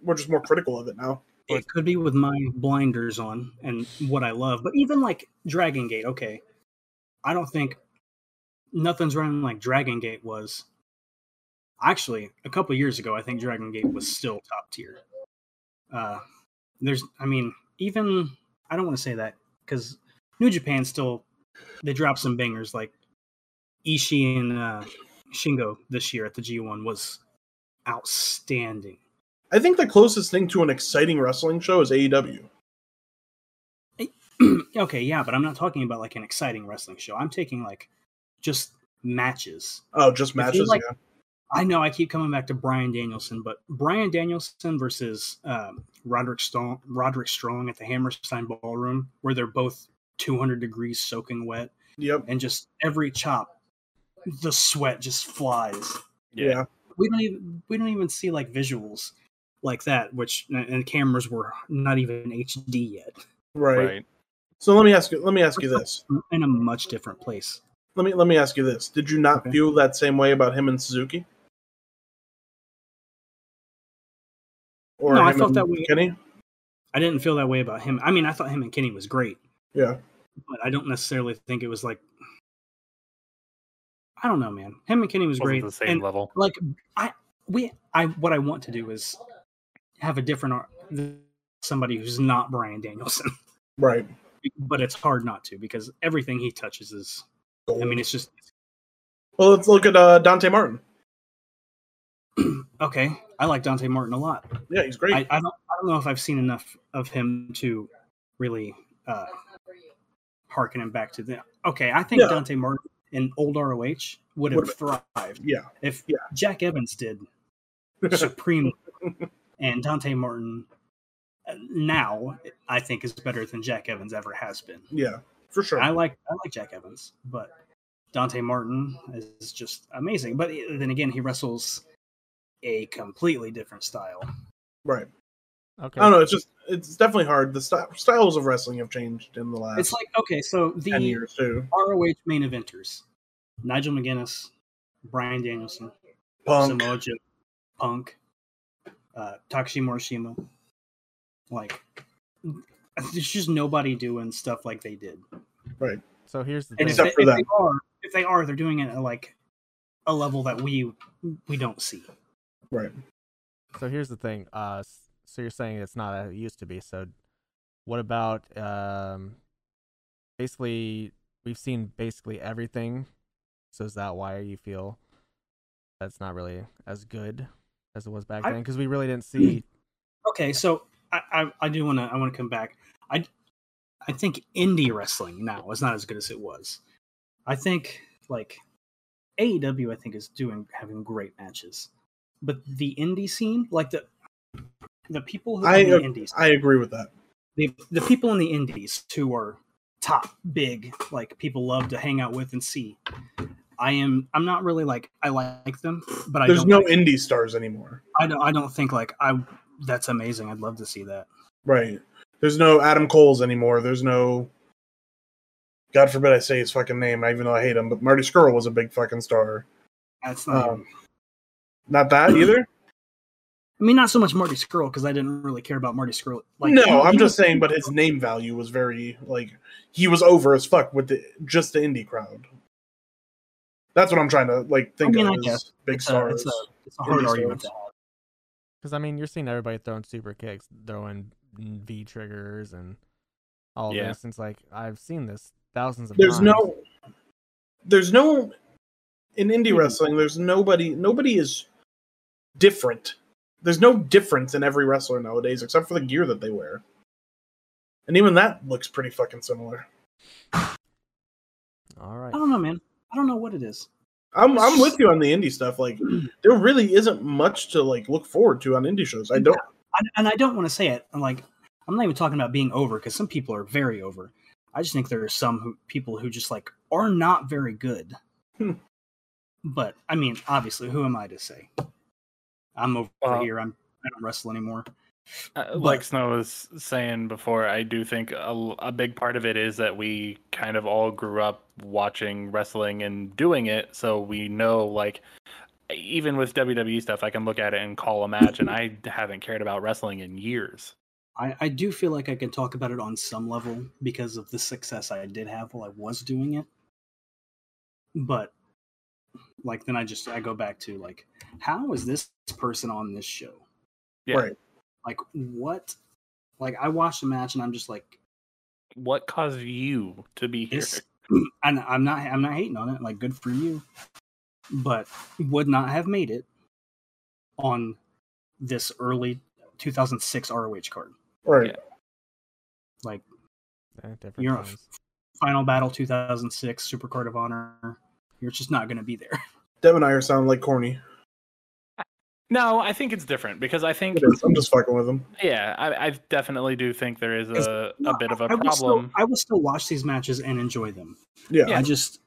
S3: we're just more critical of it now.
S5: it could be with my blinders on and what I love. But even like Dragon Gate, okay, I don't think nothing's running like Dragon Gate was. Actually, a couple years ago, I think Dragon Gate was still top tier. Uh, there's, I mean, even I don't want to say that because New Japan still they dropped some bangers like Ishii and uh, Shingo this year at the G1 was outstanding.
S3: I think the closest thing to an exciting wrestling show is E AEW.
S5: okay, yeah, but I'm not talking about like an exciting wrestling show. I'm taking like just matches.
S3: Oh, just
S5: If you
S3: matches.
S5: like-
S3: yeah.
S5: I know I keep coming back to Brian Danielson, but Brian Danielson versus um, Roderick Strong, Roderick Strong at the Hammerstein Ballroom, where they're both 200 degrees soaking wet,
S3: Yep.
S5: and just every chop, the sweat just flies.
S3: Yeah.
S4: Yeah.
S5: We don't even we don't even see like visuals like that, which and cameras were not even HD yet.
S3: Right.
S4: Right.
S3: So let me ask you. Let me ask you this.
S5: We're in a much different place.
S3: Let me let me ask you this. Did you not
S5: Okay.
S3: feel that same way about him and Suzuki? Or
S5: No, I
S3: him
S5: felt
S3: and
S5: that way-
S3: Kenny.
S5: I didn't feel that way about him. I mean, I thought him and Kenny was great.
S3: Yeah.
S5: But I don't necessarily think it was like I don't know, man. Him and Kenny was
S4: Wasn't
S5: great.
S4: the same
S5: and
S4: level.
S5: like I we I what I want to do is have a different ar- somebody who's not Brian Danielson.
S3: Right.
S5: but it's hard not to because everything he touches is I mean, it's just
S3: Well, let's look at uh, Dante Martin.
S5: okay. I like Dante Martin a lot.
S3: Yeah, he's great.
S5: I, I don't I don't know if I've seen enough of him to really uh harken him back to the okay, I think
S3: Yeah.
S5: Dante Martin in old ROH would have
S3: Would've-
S5: thrived.
S3: yeah.
S5: If
S3: Yeah.
S5: Jack Evans did supreme and Dante Martin uh, now I think is better than Jack Evans ever has been.
S3: yeah, for sure.
S5: I like I like Jack Evans, but Dante Martin is just amazing. But then again, he wrestles a completely different style.
S3: right.
S2: Okay.
S3: I don't know. It's just it's definitely hard. The sty- styles of wrestling have changed in the last
S5: It's like okay, so
S3: ten
S5: the
S3: years too.
S5: ROH main eventers: Nigel McGuinness, Brian Danielson,
S3: Punk.
S5: Samoa Joe, Punk, uh, Takashi Morishima. Like, there's just nobody doing stuff like they did.
S2: So here's the
S5: And
S2: thing.
S5: if,
S3: Except
S5: they,
S3: for
S5: if
S3: them.
S5: they are, if they are, they're doing it at like a level that we we don't see.
S2: So here's the thing. Uh, s- so you're saying it's not how it used to be. So what about um, basically we've seen basically everything. So is that why you feel that's not really as good as it was back
S5: I-
S2: then? Because we really didn't see.
S5: Okay, so I I, I do want to I want to come back. I I think indie wrestling now is not as good as it was. I think like AEW I think is doing having great matches, but the indie scene like the the people who are
S3: I
S5: in the
S3: ag-
S5: indies
S3: I agree with that.
S5: the the people in the indies who are top big like people love to hang out with and see. I am I'm not really like I like them, but I
S3: There's
S5: don't
S3: no
S5: like-
S3: indie stars anymore.
S5: I don't I don't think like I that's amazing. I'd love to see that.
S3: Right. There's no Adam Cole's anymore. There's no. God forbid I say his fucking name, even though I hate him. But Marty Skrull was a big fucking star.
S5: That's not.
S3: Um, not that either.
S5: I mean, not so much Marty Skrull because I didn't really care about Marty Skrull.
S3: no,
S5: he-
S3: I'm
S5: he
S3: just
S5: was-
S3: saying, but his name value was very like he was over as fuck with the just the indie crowd. That's what I'm trying to like think
S5: mean, I
S3: of as
S5: guess.
S3: big
S5: it's a,
S3: stars.
S5: it's a, it's a hard
S3: Indie
S5: argument. To
S3: stars.
S5: have.
S2: Because I mean, you're seeing everybody throwing super kicks, throwing V triggers, and all
S4: Yeah.
S2: this. And it's like I've seen this thousands of
S3: there's
S2: times.
S3: no there's no in indie wrestling there's nobody nobody is different there's no difference in every wrestler nowadays except for the gear that they wear and even that looks pretty fucking similar
S2: All right.
S5: I don't know, man. I don't know what it is.
S3: i'm i'm with you on the indie stuff like
S5: Mm.
S3: there really isn't much to like look forward to on indie shows i don't
S5: I, and I don't want to say it. I'm like, I'm not even talking about being over because some people are very over. I just think there are some who, people who just like are not very good.
S3: Hmm.
S5: but I mean, obviously, who am I to say? I'm over
S4: Well-
S5: here. I'm I don't wrestle anymore.
S4: Uh, like
S5: But-
S4: Snow was saying before, I do think a, l- a big part of it is that we kind of all grew up watching wrestling and doing it, so we know like even with WWE stuff, I can look at it and call a match, and I haven't cared about wrestling in years.
S5: I, I do feel like I can talk about it on some level because of the success I did have while I was doing it. But like then I just I go back to like how is this person on this show?
S4: Yeah.
S3: Right.
S5: Like what? Like I watched the match and I'm just like
S4: What caused you to be here?
S5: this and I'm not I'm not hating on it, like good for you. But would not have made it on this early 2006 ROH card.
S3: right
S4: Yeah.
S2: Eh, different
S5: You're a-
S2: times.
S5: Final Battle 2006, Super Card of Honor. You're just not going to be there.
S3: deb and i are sounding like corny
S4: No, I think it's different because I think
S3: it is. i'm just fucking with them
S4: yeah, I, I definitely do think there is
S5: It's
S4: a, a bit of a
S5: I will still-
S4: problem.
S5: I will still watch these matches and enjoy them.
S3: yeah,
S5: I just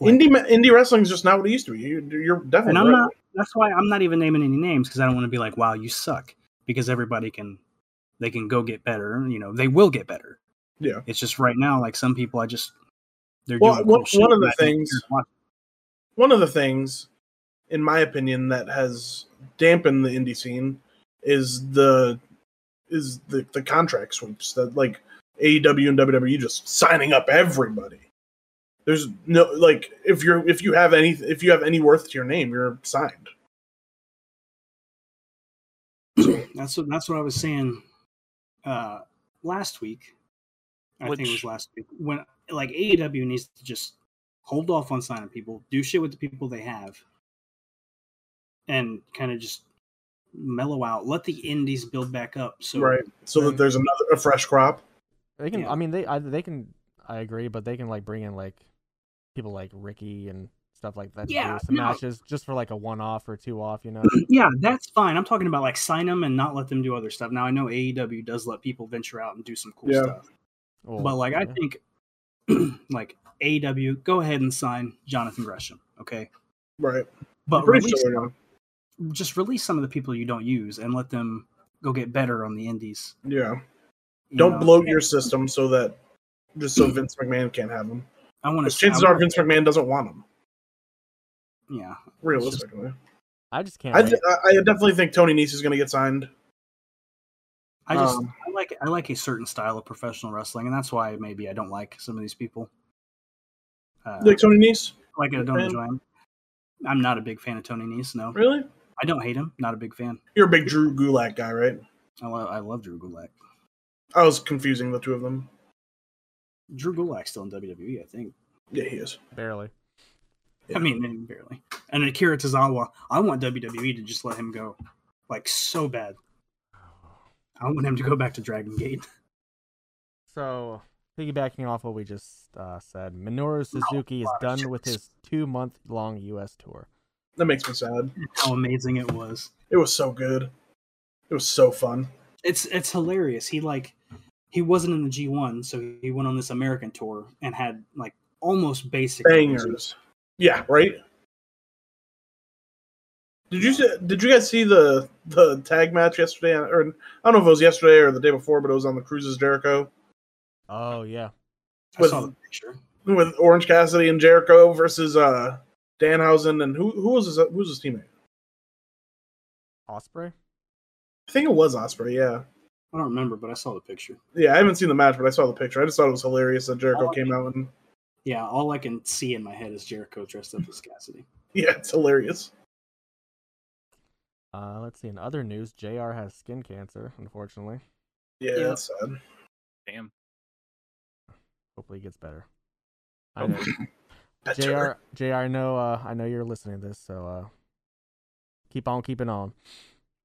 S3: indie ma- indie wrestling is just not what it used to be you, you're definitely
S5: and I'm
S3: right.
S5: not. That's why I'm not even naming any names because I don't want to be like, "Wow, you suck," because everybody can they can go get better. You know, they will get better.
S3: Yeah.
S5: It's just right now, like some people, I just they're
S3: Well,
S5: doing
S3: one-
S5: cool shit
S3: one of the
S5: and I don't
S3: things-
S5: care to
S3: one of the things, in my opinion, that has dampened the indie scene is the is the, the contract sweeps that like AEW and WWE just signing up everybody. There's no like if you're if you have any if you have any worth to your name, you're signed.
S5: watch. That's what that's what I was saying uh, last week. I think it
S4: Which-
S5: was last week when like AEW needs to just hold off on signing people, do shit with the people they have, and kind of just mellow out. Let the indies build back up. So
S3: right. So that there's another a fresh crop.
S2: They can.
S5: Yeah.
S2: I mean, they. I, they can. I agree, but they can like bring in like people like Ricky and stuff like that. to
S5: Yeah,
S2: do some
S5: no.
S2: matches just for like a one off or two off. You know.
S5: yeah, that's fine. I'm talking about like sign them and not let them do other stuff. Now I know AEW does let people venture out and do some cool
S3: Yeah.
S5: stuff,
S2: Well,
S5: but like I
S2: yeah.
S5: think like AEW, go ahead and sign Jonathan Gresham, okay?
S3: Right. I'm
S5: But
S3: pretty
S5: release-
S3: sure they're gonna-
S5: just release some of the people you don't use and let them go get better on the indies.
S3: Yeah.
S5: you
S3: Don't
S5: know?
S3: bloat your system so that just so Vince McMahon can't have them.
S5: I want
S3: 'Cause
S5: to.
S3: chances are Vince McMahon doesn't want them.
S5: Yeah,
S3: Realistically,
S2: I just can't.
S3: I,
S2: wait.
S3: th- I I definitely think Tony Nese is going to get signed.
S5: I just
S3: Um,
S5: I like I like a certain style of professional wrestling, and that's why maybe I don't like some of these people. Uh,
S3: Like Tony Nese?
S5: like I don't
S3: fan?
S5: enjoy him. I'm not a big fan of Tony Nese. No,
S3: Really?
S5: I don't hate him. Not a big fan.
S3: You're a big Drew Gulak guy, right?
S5: I, lo- I love Drew Gulak.
S3: I was confusing the two of them.
S5: Drew Gulak's still in WWE, I think.
S3: Yeah, he is.
S2: barely.
S5: I mean, barely. And Akira Tozawa, I want WWE to just let him go, like so bad. I want him to go back to Dragon Gate.
S2: So, piggybacking off what we just uh, said,
S5: Oh,
S2: Minoru Suzuki is
S5: lot of
S2: done with
S5: checks.
S2: his two-month-long U.S. tour.
S3: That makes me sad.
S5: How amazing it was!
S3: It was so good. It was so fun.
S5: It's it's hilarious. He like he wasn't in the G one, so he went on this American tour and had like almost basic
S3: Bangers. Yeah, right? Did you see, did you guys see the the tag match yesterday? Or I don't know if it was yesterday or the day before, but it was on the Cruises Jericho
S2: Oh yeah,
S5: I saw the picture.
S3: with Orange Cassidy and Jericho versus uh Danhausen, and who who was his who was his teammate?
S2: Osprey?
S3: I think it was Osprey. Yeah,
S5: I don't remember, but I saw the picture.
S3: yeah. I haven't seen the match, but I saw the picture. I just thought it was hilarious that Jericho
S5: Oh,
S3: came out and
S5: Yeah, all I can see in my head is Jericho dressed up as Cassidy.
S3: yeah, it's hilarious.
S2: Uh, let's see. In other news, JR has skin cancer, unfortunately.
S3: Yeah,
S5: Yeah.
S3: that's sad.
S4: Damn.
S2: Hopefully, he gets better.
S5: Oh,
S2: I know.
S3: Better.
S2: JR, JR, I know, uh, I know you're listening to this, so uh, keep on keeping on.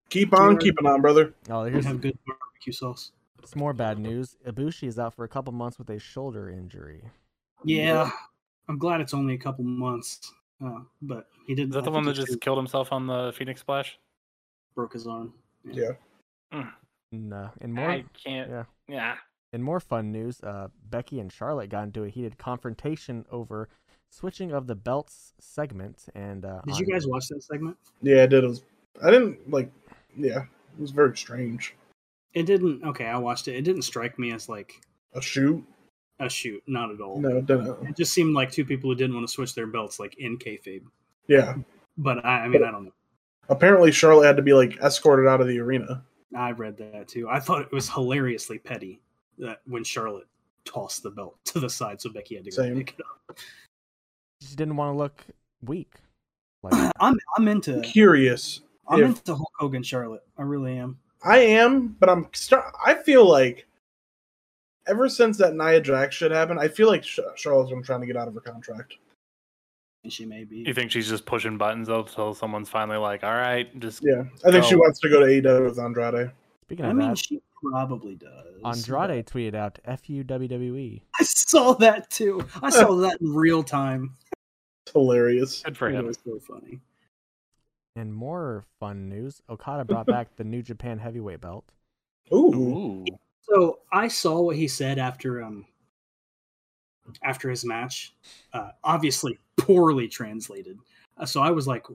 S3: Keep on
S5: JR.
S3: keeping on, brother.
S2: Oh,
S5: You
S2: here's
S5: have good barbecue sauce.
S2: some more bad news. Ibushi is out for a couple months with a shoulder injury.
S5: Yeah, I'm glad it's only a couple months, uh, but he did.
S4: Is that
S5: I
S4: the
S5: think
S4: one
S5: he
S4: that just
S5: too
S4: killed himself on the Phoenix Splash?
S5: broke his arm?
S2: Nah, and more
S4: I can't.
S2: yeah.
S4: Yeah.
S2: In more fun news, uh, Becky and Charlotte got into a heated confrontation over switching of the belts segment. And uh,
S5: Did you
S2: on-
S5: guys watch that segment?
S3: Yeah, I did. It was. I didn't like. Yeah, it was very strange.
S5: It didn't. Okay, I watched it. It didn't strike me as like
S3: A shoot?
S5: a shoot, not at all.
S3: No, it didn't.
S5: It just seemed like two people who didn't want to switch their belts, like in kayfabe.
S3: Yeah.
S5: But I, I mean, I don't know.
S3: Apparently, Charlotte had to be like escorted out of the arena.
S5: I read that too. I thought it was hilariously petty that when Charlotte tossed the belt to the side, so Becky had to go
S3: Same.
S5: pick it
S2: she didn't want to look weak. Like,
S5: up. I'm I'm into
S3: Curious.
S5: I'm
S3: if-
S5: into Hulk Hogan Charlotte. I really am.
S3: I am, but I'm start. I feel like ever since that Nia Jax shit happened, I feel like Sh- Charlotte's been trying to get out of her contract.
S5: And she may be.
S4: You think she's just pushing buttons though till someone's finally like, all right, just
S3: Yeah, I think she
S4: Oh.
S3: wants to go to AEW with Andrade.
S2: speaking
S5: I
S2: of
S5: mean,
S2: that,
S5: she probably does.
S2: Andrade tweeted out "F you WWE."
S5: I saw that too. I saw that in real time.
S3: It's hilarious.
S4: good for
S5: It
S4: him.
S5: was so funny.
S2: And more fun news: Okada brought back the New Japan Heavyweight Belt.
S3: Ooh,
S4: Ooh.
S5: So I saw what he said after um after his match. Uh, obviously, poorly translated. Uh, so I was like,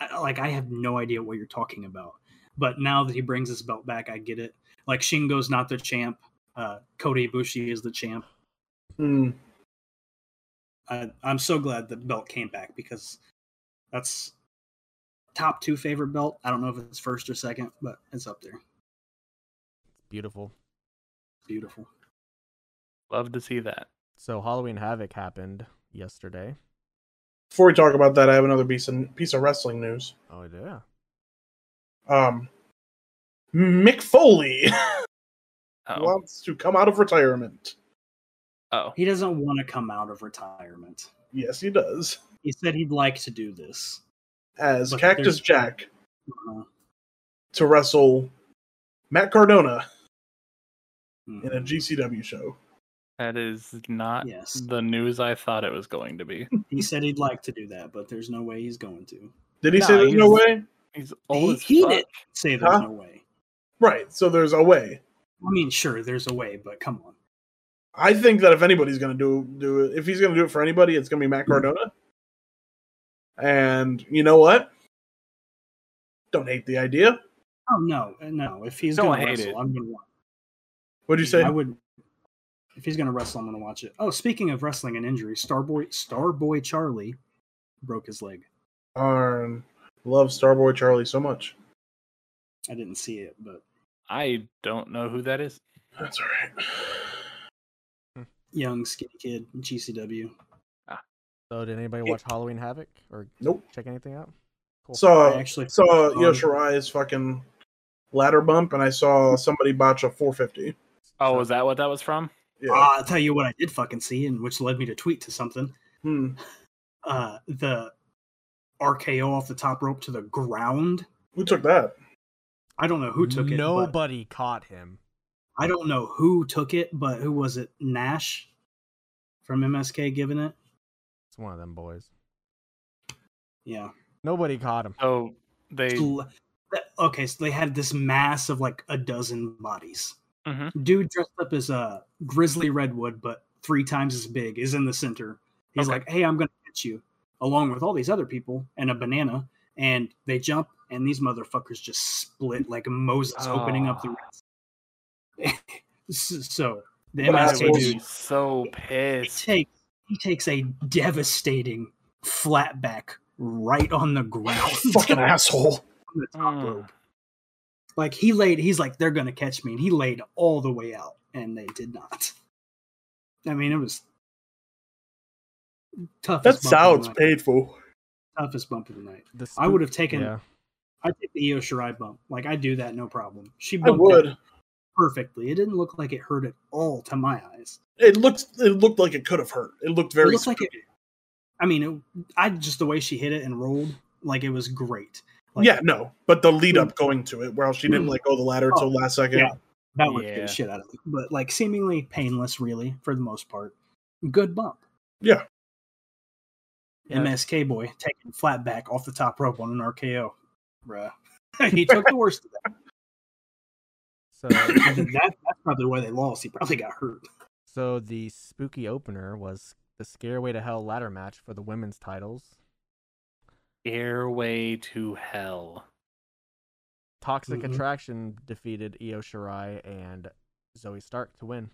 S5: I, like I have no idea what you're talking about. But now that he brings his belt back, I get it. Like Shingo's not the champ. Uh, Kota Ibushi is the champ.
S3: Hmm.
S5: I, I'm so glad the belt came back because that's top two favorite belt. I don't know if it's first or second, but it's up there.
S2: Beautiful.
S5: Beautiful.
S4: Love to see that.
S2: So Halloween Havoc happened yesterday.
S3: Before we talk about that, I have another piece of piece of wrestling news.
S2: Oh yeah.
S3: Um, Mick Foley
S4: Oh.
S3: wants to come out of retirement.
S4: oh.
S5: He doesn't want to come out of retirement.
S3: Yes, he does.
S5: He said he'd like to do this.
S3: As
S5: But
S3: Cactus
S5: there's-
S3: Jack
S5: Uh,
S3: to wrestle Matt Cardona
S5: mm.
S3: in a GCW show.
S4: That is not
S5: Yes.
S4: the news I thought it was going to be.
S5: He said he'd like to do that, but there's no way he's going to.
S3: Did he
S4: Nah,
S3: say there's no
S4: he's-
S3: way?
S4: He's old as
S5: he
S4: fuck.
S5: did. Say there's
S3: Huh?
S5: no way.
S3: Right. So there's a way.
S5: I mean, sure, there's a way, but come on.
S3: I think that if anybody's gonna do do it, if he's gonna do it for anybody, it's gonna be
S5: Hmm.
S3: Matt Cardona. And you know what? Don't hate the idea.
S5: Oh no, no. If he's
S4: Don't
S5: going to
S4: hate
S5: wrestle,
S4: it.
S5: I'm going to watch.
S3: What'd you say?
S5: I would. If he's going to wrestle, I'm going to watch it. Oh, speaking of wrestling and injuries, Starboy Starboy Charlie broke his leg.
S3: Darn, love Starboy Charlie so much.
S5: I didn't see it, but
S4: I don't know who that is.
S3: That's all right.
S5: young skinny kid, GCW.
S2: So did anybody
S3: Yeah.
S2: watch Halloween Havoc or
S3: Nope.
S2: check anything out? Cool.
S3: Saw
S5: I actually
S3: saw
S5: um,
S3: Io Shirai's fucking ladder bump, and I saw somebody botch a 450.
S4: Oh,
S2: So-
S4: was that what that was from?
S3: Yeah.
S5: Ah, I'll tell you what I did fucking see, and which led me to tweet to something.
S3: Hmm.
S5: Uh, the RKO off the top rope to the ground.
S3: Who took that?
S5: I don't know who took it. but-
S2: Nobody caught him.
S5: I don't know who took it, but who was it? Nash from MSK giving it.
S2: It's one of them boys.
S5: Yeah.
S2: Nobody caught him.
S4: Oh, they
S5: L- that- okay, so they had this mass of like a dozen bodies.
S4: Mhm.
S5: Dude dressed up as a grizzly redwood, but three times as big, is in the center. He's
S4: Okay.
S5: like, "Hey, I'm gonna catch you," along with all these other people and a banana, and they jump, and these motherfuckers just split like Moses opening up the. Rest. so the
S3: Wow.
S4: I
S5: MSK
S4: would
S3: Assholes.
S4: be
S5: dude
S4: so
S5: he
S4: pissed.
S5: takes he takes a devastating flat back right on the ground.
S3: Fucking asshole.
S5: on the top
S3: Mm.
S5: rope. Like he laid, he's like, they're gonna catch me, and he laid all the way out, and they did not. I mean, it was tough.
S3: That sounds painful.
S5: toughest bump of the night.
S2: The
S5: I
S2: spook-
S5: would have taken.
S2: Yeah.
S5: I take the Io Shirai bump. Like I do that, no problem. She
S3: I
S5: bumped it
S3: would.
S5: perfectly. It didn't look like it hurt at all to my eyes.
S3: It looked. It looked like it could have hurt. It looked very.
S5: it looked like it. I mean, it, I just the way she hit it and rolled, like it was great. Like,
S3: yeah, no, but the lead up going to it, where she didn't like go the ladder
S5: Oh,
S3: till last second.
S5: yeah. that would get
S4: Yeah.
S5: the shit out of me. But like seemingly painless, really, for the most part. Good bump.
S3: Yeah.
S2: Yeah.
S5: MSK boy taking flat back off the top rope on an RKO. Bruh. he took the worst of that.
S2: So,
S5: I think that. That's probably why they lost. He probably got hurt.
S2: so the spooky opener was the Scareway to Hell ladder match for the women's titles.
S4: Airway to hell.
S2: Toxic
S5: Mhm.
S2: Attraction defeated Io Shirai and Zoe Stark to win,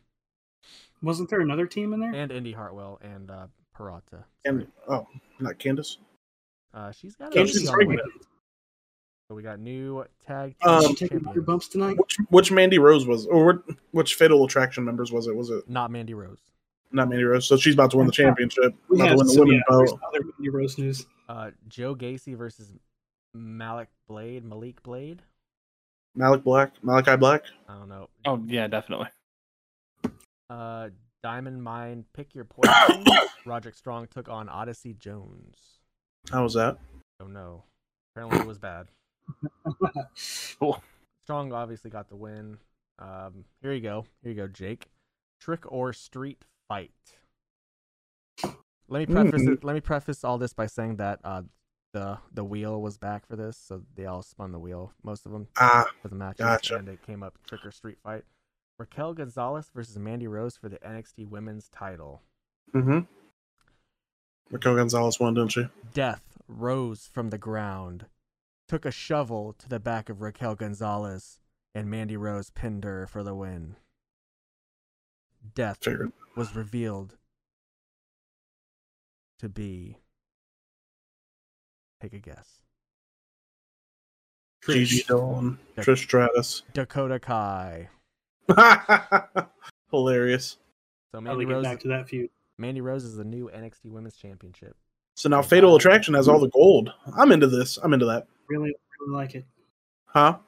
S5: Wasn't there another team in there?
S2: and Indy Hartwell and uh, Parata.
S3: And oh, not Candace.
S2: uh, she's got a
S3: Can't
S2: baby
S3: she's
S2: on the
S3: pregnant.
S2: way. So we got new tag team
S3: Um,
S5: Did she take any other
S2: champions.
S5: bumps tonight?
S3: Which which Mandy Rose was, or which, which Fatal Attraction members was it? Was it
S2: Not Mandy Rose.
S3: not Mandy Rose? So she's about to win the championship.
S5: We
S3: About to
S5: have
S3: win the
S5: some
S3: women's
S5: yeah, there's
S3: belt.
S5: other Mandy Rose news.
S2: Uh, Joe Gacy versus Malik Blade. Malik Blade.
S3: Malik Black, Malachi Black.
S2: I don't know.
S4: Oh yeah, definitely.
S2: Uh, Diamond Mine. Pick your poison. Roderick Strong took on Odyssey Jones.
S3: How was that?
S2: Oh no. Apparently it was bad.
S4: Cool.
S2: Strong obviously got the win. Um, here you go. Here you go, Jake. Trick or street fight. Let me preface
S3: Mm.
S2: it, let me preface all this by saying that uh, the the wheel was back for this, so they all spun the wheel, most of them
S3: Ah,
S2: for the match,
S3: Gotcha.
S2: and it came up trick or street fight. Raquel Gonzalez versus Mandy Rose for the NXT Women's Title.
S3: mm-hmm. Raquel Gonzalez won, didn't she?
S2: Death rose from the ground, took a shovel to the back of Raquel Gonzalez, and Mandy Rose pinned her for the win. Death
S3: Figured.
S2: was revealed to be. Take a guess.
S3: Gigi Dolan,
S2: Yeah.
S3: Trish Stratus.
S2: Dakota Kai.
S3: Hilarious.
S2: So
S5: How
S2: Mandy
S5: we get
S2: Rose,
S5: back to that feud.
S2: Mandy Rose is the new NXT Women's Championship.
S3: So now Fatal Attraction has all the gold. I'm into this. I'm into that.
S5: Really, really like it.
S3: Huh?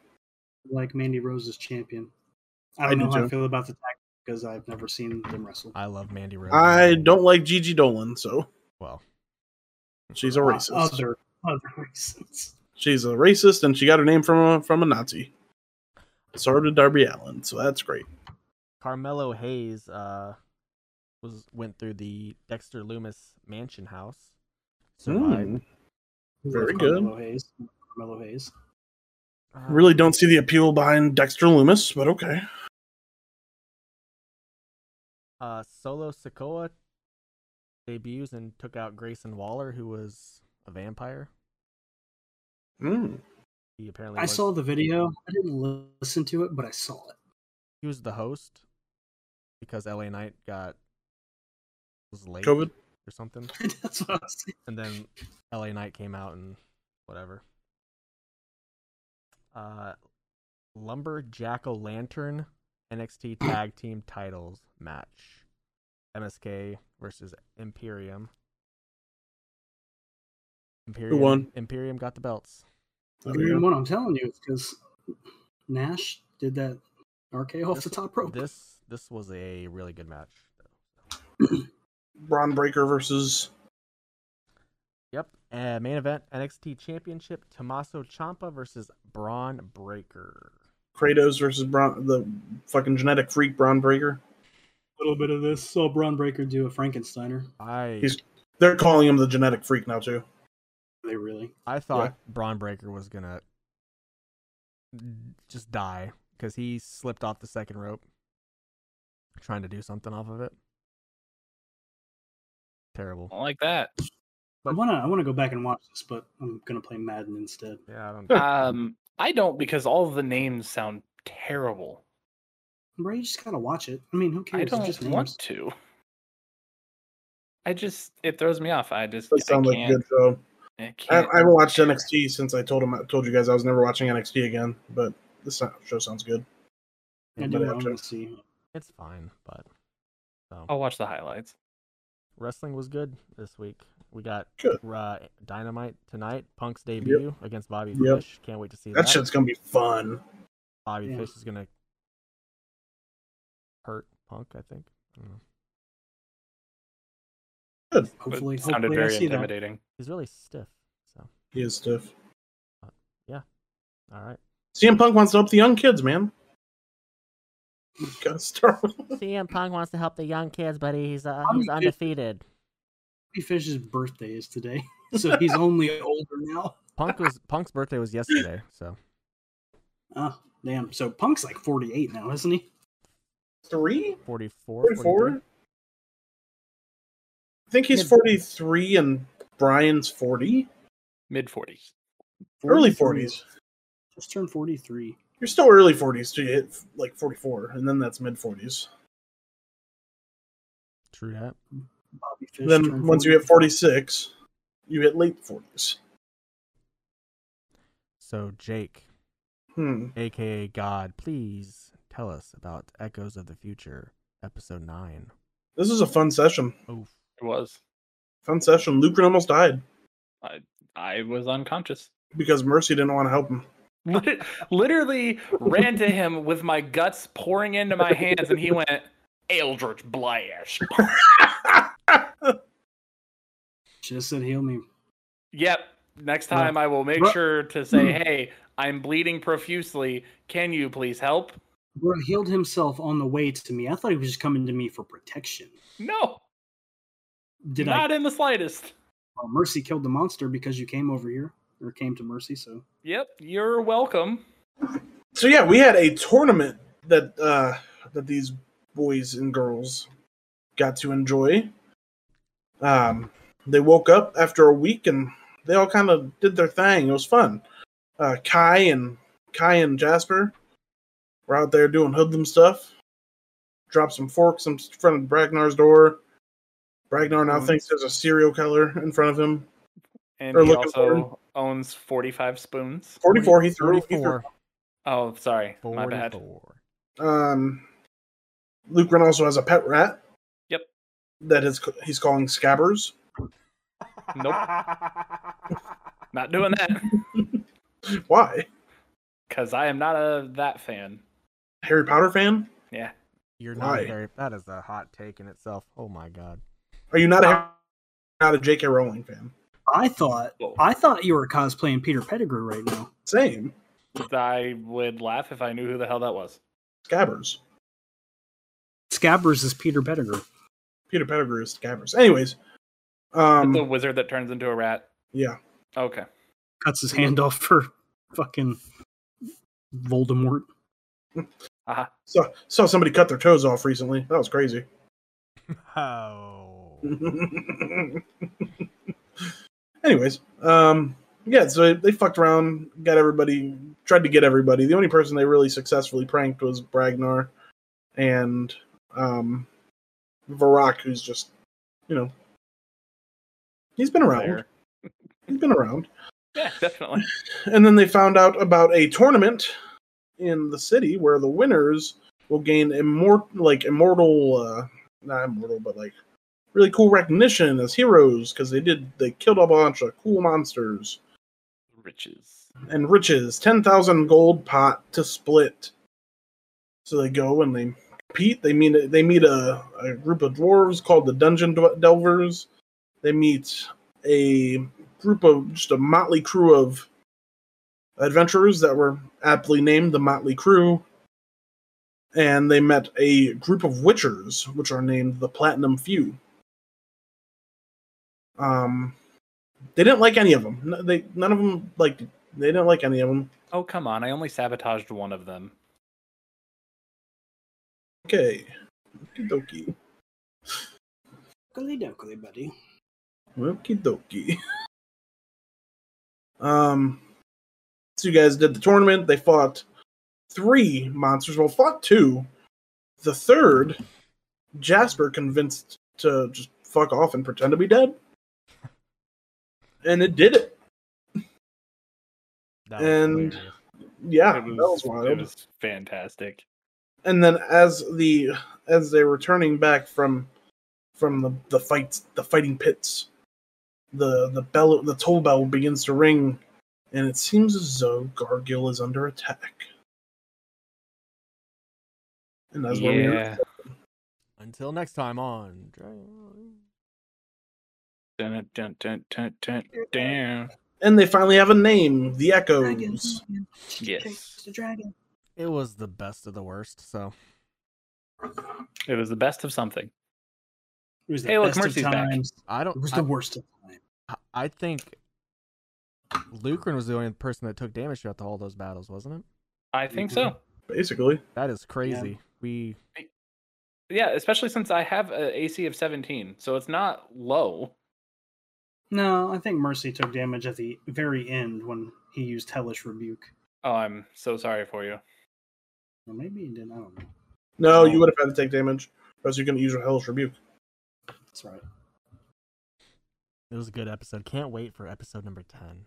S5: Like Mandy Rose is champion. I
S3: I
S5: don't know
S3: do
S5: how I
S3: too.
S5: feel about the tag because I've never seen them wrestle.
S2: I love Mandy Rose.
S3: I don't like Gigi Dolan, so
S2: Well,
S3: she's
S5: Uh,
S3: a racist.
S5: Other, other reasons.
S3: She's a racist, and she got her name from a, from a Nazi. So did Darby Allen, so that's great.
S2: Carmelo Hayes uh was went through the Dexter Loomis mansion house.
S5: Hmm.
S2: Survived.
S3: Mm. Very good.
S5: Carmelo Hayes. Carmelo Hayes.
S2: Uh,
S3: Really don't see the appeal behind Dexter Loomis, but okay.
S2: uh Solo Sokoa debuts and took out Grayson Waller, who was a vampire.
S3: Mm.
S2: He apparently
S5: I
S2: was,
S5: saw the video. I didn't li- listen to it, but I saw it.
S2: he was the host because LA Knight got was late
S3: COVID?
S2: or something.
S5: That's what I was saying.
S2: And then LA Knight came out and whatever. Uh Lumberjack O Lantern NXT Tag Team Titles match. MSK versus Imperium. Imperium
S3: won?
S2: Imperium got the belts.
S5: The reason what I'm telling you is because Nash did that RKO off the top rope.
S2: This this was a really good match.
S3: Braun Breaker versus
S2: Yep. Uh, main event NXT Championship Tommaso Ciampa versus Braun Breaker.
S3: Kratos versus Braun, the fucking genetic freak Braun Breaker.
S5: little bit of this. Saw Braun Breaker do a Frankensteiner.
S2: I
S3: He's- They're calling him the genetic freak now too.
S5: They really.
S2: I thought Braun Breaker was gonna just die because he slipped off the second rope trying to do something off of it. Terrible.
S4: Don't like that.
S5: I wanna I wanna go back and watch this, but I'm gonna play Madden instead.
S2: Yeah, I don't.
S4: Um, I don't because all the names sound terrible.
S5: Bro, you just gotta watch it. I mean, who cares?
S4: I
S5: It's
S4: don't
S5: just
S4: want
S5: names.
S4: to. I just it throws me off. I just
S3: That sounds
S4: I
S3: like a
S4: can't,
S3: good show.
S4: I
S3: I,
S4: can't.
S3: I haven't watched NXT since I told him I told you guys I was never watching NXT again, but this so- show sounds good.
S5: I do
S3: Everybody
S5: want to
S3: watch it.
S5: see.
S2: It's fine, but so
S4: I'll watch the highlights.
S2: wrestling was good this week. We got
S3: Good.
S2: uh, Dynamite tonight. Punk's debut against Bobby
S3: Yep.
S2: Fish. Can't wait to see that.
S3: That shit's gonna be fun.
S2: Bobby
S5: Yeah.
S2: Fish is gonna hurt Punk. I think. I don't know.
S4: but
S5: Hopefully,
S4: it sounded
S5: hopefully I
S4: very
S5: see that.
S4: intimidating.
S2: He's really stiff. So
S3: He is stiff.
S2: all right.
S3: CM Punk wants to help the young kids, man. You gotta start with
S2: CM Punk wants to help the young kids, but he's uh,
S5: I'm he's good.
S2: undefeated.
S5: Bobby Fish's birthday is today, so he's only older now.
S2: Punk was Punk's birthday was yesterday, so
S5: Oh, damn. So Punk's like 48 now, isn't he?
S3: three?
S2: 44,
S3: 44?
S2: 43?
S3: I think he's
S5: Yeah.
S3: 43 and Brian's 40.
S4: Mid forties.
S3: Early
S5: 43.
S3: 40s.
S5: Just turned 43.
S3: You're still early 40s till you hit like 44, and then that's mid 40s.
S2: True that.
S5: Bobby Fish.
S3: Then
S5: turned
S3: once you hit 46, you hit late 40s.
S2: So Jake,
S3: Hmm.
S2: aka God, please tell us about Echoes of the Future, episode nine.
S3: This is a fun session.
S2: Oof.
S4: It was.
S3: Fun session. Lucren almost died
S4: I was unconscious.
S3: because Mercy didn't want to help him.
S4: Lit- Literally ran to him with my guts pouring into my hands, and he went Eldritch Blast.
S5: Just said heal me.
S4: Yep. Next time I will make
S5: Bru-
S4: sure to say, hey, I'm bleeding profusely. Can you please help?
S5: Bro healed himself on the way to me. I thought he was just coming to me for protection.
S4: No,
S5: Did
S4: not
S5: I?
S4: in the slightest.
S5: Well, Mercy killed the monster because you came over here or came to Mercy. So
S4: Yep, you're welcome.
S3: So yeah, we had a tournament that uh that these boys and girls got to enjoy. Um they woke up after a week and they all kind of did their thing. It was fun. Uh Kai and Kai and Jasper were out there doing hoodlum stuff. Dropped some forks in front of Bragnar's door. Bragnar now
S4: Mhm.
S3: thinks there's a serial killer in front of him.
S4: And
S3: They're
S4: he
S3: looking for him.
S4: also owns 45 spoons.
S3: 44 he threw, he threw
S2: 44,
S4: Oh, sorry. My bad.
S2: 44.
S3: Um, Luke Ren also has a pet rat.
S4: Yep.
S3: That is he's calling Scabbers.
S4: Not doing that
S3: Why?
S4: because I am not a that fan.
S3: Harry Potter fan?
S4: Yeah.
S2: You're not
S3: Why?
S2: very. That is a hot take in itself. Oh my god.
S3: Are you not a Harry- not a J.K. Rowling fan?
S5: I thought
S4: Well,
S3: Oh.
S5: I thought you were cosplaying Peter Pettigrew right now.
S3: Same.
S4: I would laugh if I knew who the hell that was.
S3: Scabbers.
S5: Scabbers is Peter Pettigrew.
S3: Peter Pettigrew is Scabbers. Anyways, um,
S4: the wizard that turns into a rat.
S3: yeah,
S4: Okay.
S5: Cuts his hand off for fucking Voldemort.
S4: Uh-huh.
S3: saw saw somebody cut their toes off recently. That was crazy.
S2: Oh.
S3: Anyways, um, yeah, so they fucked around, got everybody, tried to get everybody. The only person they really successfully pranked was Bragnar and um, Varrock, who's just, you know, he's been around.
S4: There.
S3: He's been around.
S4: Yeah, definitely.
S3: And then they found out about a tournament in the city where the winners will gain immortal, like immortal, uh, not immortal, but like really cool recognition as heroes because they did they killed a bunch of cool monsters
S4: Riches.
S3: and riches, ten thousand gold pot to split. So they go and they compete. They meet they meet a, a group of dwarves called the Dungeon Dwe- Delvers. They meet a group of just a motley crew of adventurers that were aptly named the Motley Crew. And they met a group of witchers, which are named the Platinum Few. Um, they didn't like any of them. They none of them liked they didn't like any of them.
S4: Oh, come on. I only sabotaged one of them.
S3: Okay. Okie dokie.
S5: Dookily dookily, buddy.
S3: Okie dokie. Um, so you guys did the tournament. They fought three monsters. Well, fought two. The third, Jasper convinced to just fuck off and pretend to be dead. And it did it.
S2: That was
S3: And-
S2: hilarious.
S3: Yeah,
S4: it was,
S3: Ah, that was wild.
S4: It was fantastic.
S3: and then as the as they're returning back from from the the fights the fighting pits the the bell the toll bell begins to ring and it seems as though gargill is under attack and that's when we-
S4: yeah.
S2: Until next time on Dragon.
S4: Dun, dun, dun, dun, dun, dun.
S3: and they finally have a name the echoes
S4: Yes.
S1: The dragon.
S2: It was the best of the worst, so
S4: It was the best of something.
S5: It was the
S4: Hey, look,
S5: best of
S4: Mercy's back.
S5: times.
S2: I don't
S5: It was
S2: I,
S5: the worst of
S2: I-
S5: times.
S2: I think Lucrin was the only person that took damage throughout the- all those battles, wasn't it?
S4: I think so.
S3: basically
S2: That is crazy. We
S4: Yeah, especially since I have an AC of 17, so it's not low.
S5: No, I think Mercy took damage at the very end when he used Hellish Rebuke.
S4: Oh, I'm so sorry for you.
S5: Or maybe he didn't. I don't know.
S3: no you would have had to take damage or else you're going to use your hellish rebuke
S5: That's right.
S2: it was a good episode. Can't wait for episode number ten.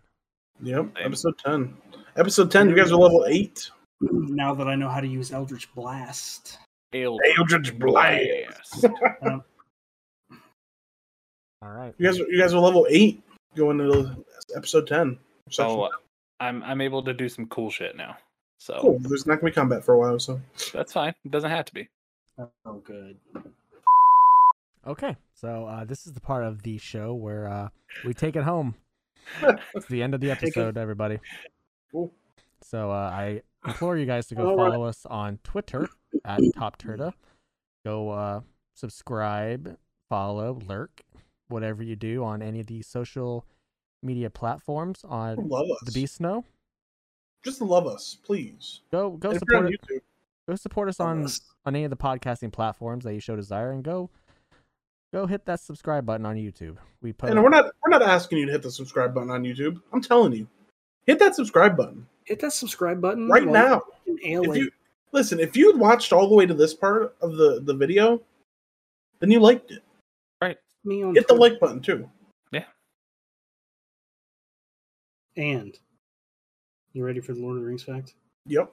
S3: yep
S4: Same.
S3: episode 10 episode 10 you guys are level 8
S5: now that I know how to use Eldritch Blast,
S4: Ale
S3: Eldritch Blast.
S2: All right.
S3: You guys, are, you guys are level eight going into episode ten. Section-
S4: So uh, I'm I'm able to do some cool shit now. So
S3: cool. There's not gonna be combat for a while, so
S4: that's fine. It doesn't have to be.
S5: oh good.
S2: Okay. So uh, this is the part of the show where uh, we take it home. it's the end of the episode, everybody.
S3: Cool.
S2: So uh, I implore you guys to go
S5: All right.
S2: follow us on Twitter at Top Turda. Go uh, subscribe, follow, lurk, whatever you do on any of the social media platforms on
S3: love us.
S2: Uh, the Beast Snow.
S3: Just love us, please.
S2: Go go
S3: And if you're
S2: support
S3: on
S2: it.
S3: YouTube,
S2: Go support us
S5: Love
S2: on
S5: us.
S2: on any of the podcasting platforms that you show desire, and go go hit that subscribe button on YouTube. We put
S3: and
S2: up-
S3: we're not we're not asking you to hit the subscribe button on YouTube. I'm telling you, hit that subscribe button
S5: Hit that subscribe button
S3: right
S5: while
S3: now.
S5: you fucking Ale
S3: If
S5: it.
S3: you listen, if you had watched all the way to this part of the the video, then you liked it.
S5: me on
S3: Hit the
S5: Twitter.
S3: like button too.
S5: and you ready for the Lord of the Rings fact?
S3: Yep.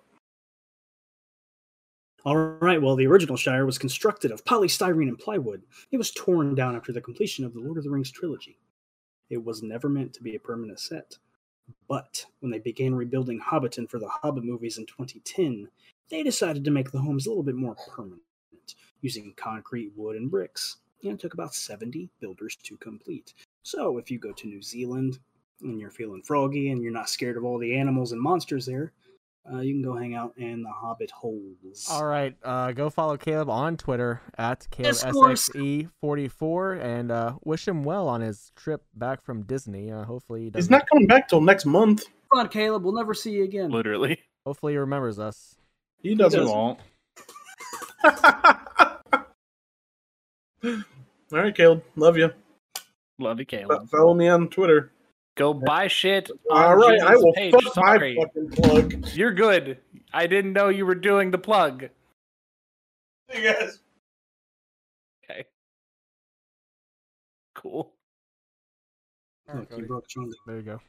S5: All right, well, the original Shire was constructed of polystyrene and plywood. It was torn down after the completion of the Lord of the Rings trilogy. It was never meant to be a permanent set. But when they began rebuilding Hobbiton for the Hobbit movies in 2010, they decided to make the homes a little bit more permanent, using concrete, wood, and bricks. And it took about 70 builders to complete. So if you go to New Zealand and you're feeling froggy and you're not scared of all the animals and monsters there, uh, you can go hang out in the Hobbit holes.
S2: All right, uh, go follow Caleb on Twitter at
S5: Discourse.
S2: CalebSXE44 E and uh, wish him well on his trip back from Disney. Uh, hopefully, he
S3: He's
S2: doesn't,
S3: not coming back till next month.
S5: Come on, Caleb. We'll never see you again.
S4: Literally.
S2: hopefully he remembers us.
S3: He doesn't.
S4: won't.
S3: all right, Caleb. Love you.
S4: Love you, Caleb.
S3: Follow me on Twitter.
S4: Go buy shit. on
S3: All right, I
S4: Jaden's
S3: will
S4: page.
S3: fuck
S4: Sorry.
S3: my fucking plug.
S4: You're good. I didn't know you were doing the plug.
S3: You guys.
S4: Okay. Cool.
S5: Look, you broke John.
S2: There you go.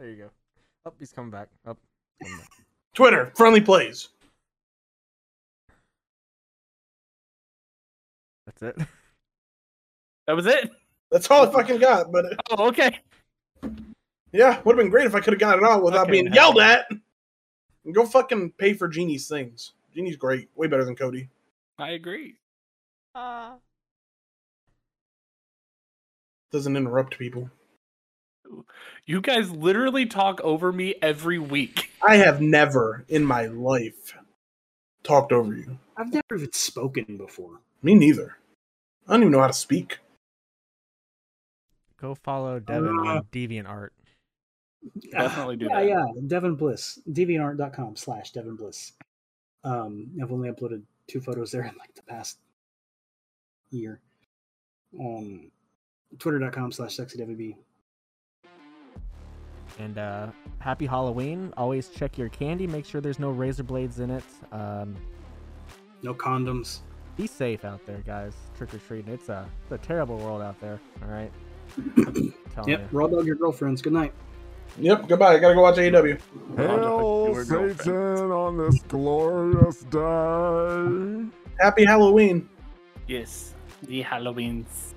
S2: There you go. Oh, he's coming back. Oh, coming back.
S3: Twitter, friendly plays.
S2: that's it.
S4: That was it.
S3: That's all I fucking got. But uh,
S4: Oh, okay.
S3: yeah, would have been great if I could have got it all without
S4: Okay,
S3: being
S4: now-
S3: yelled at. And go fucking pay for Genie's things. Genie's great, way better than Cody.
S4: I agree.
S3: Doesn't interrupt people.
S4: You guys literally talk over me every week.
S3: I have never in my life talked over you.
S5: I've never even spoken before.
S3: Me neither. I don't even know how to speak.
S2: Go follow Devin
S3: Uh.
S2: on DeviantArt.
S4: Definitely do
S5: yeah,
S4: that.
S5: yeah. Devin Bliss. DeviantArt.com slash Devin Bliss. Um, I've only uploaded two photos there in like the past year. Um, Twitter.com slash SexyWB.
S2: And uh, happy Halloween. Always check your candy. Make sure there's no razor blades in it. Um,
S5: No condoms.
S2: Be safe out there, guys. Trick or treating. It's a, it's a terrible world out there. All right.
S4: Oh,
S2: Telling
S5: Yep, raw dog your girlfriends. Good night.
S3: Yep. Goodbye. I gotta go watch E AEW.
S8: Hail
S9: Your girlfriend.
S8: Satan on this glorious day.
S3: Happy Halloween.
S4: Yes, the Halloween's.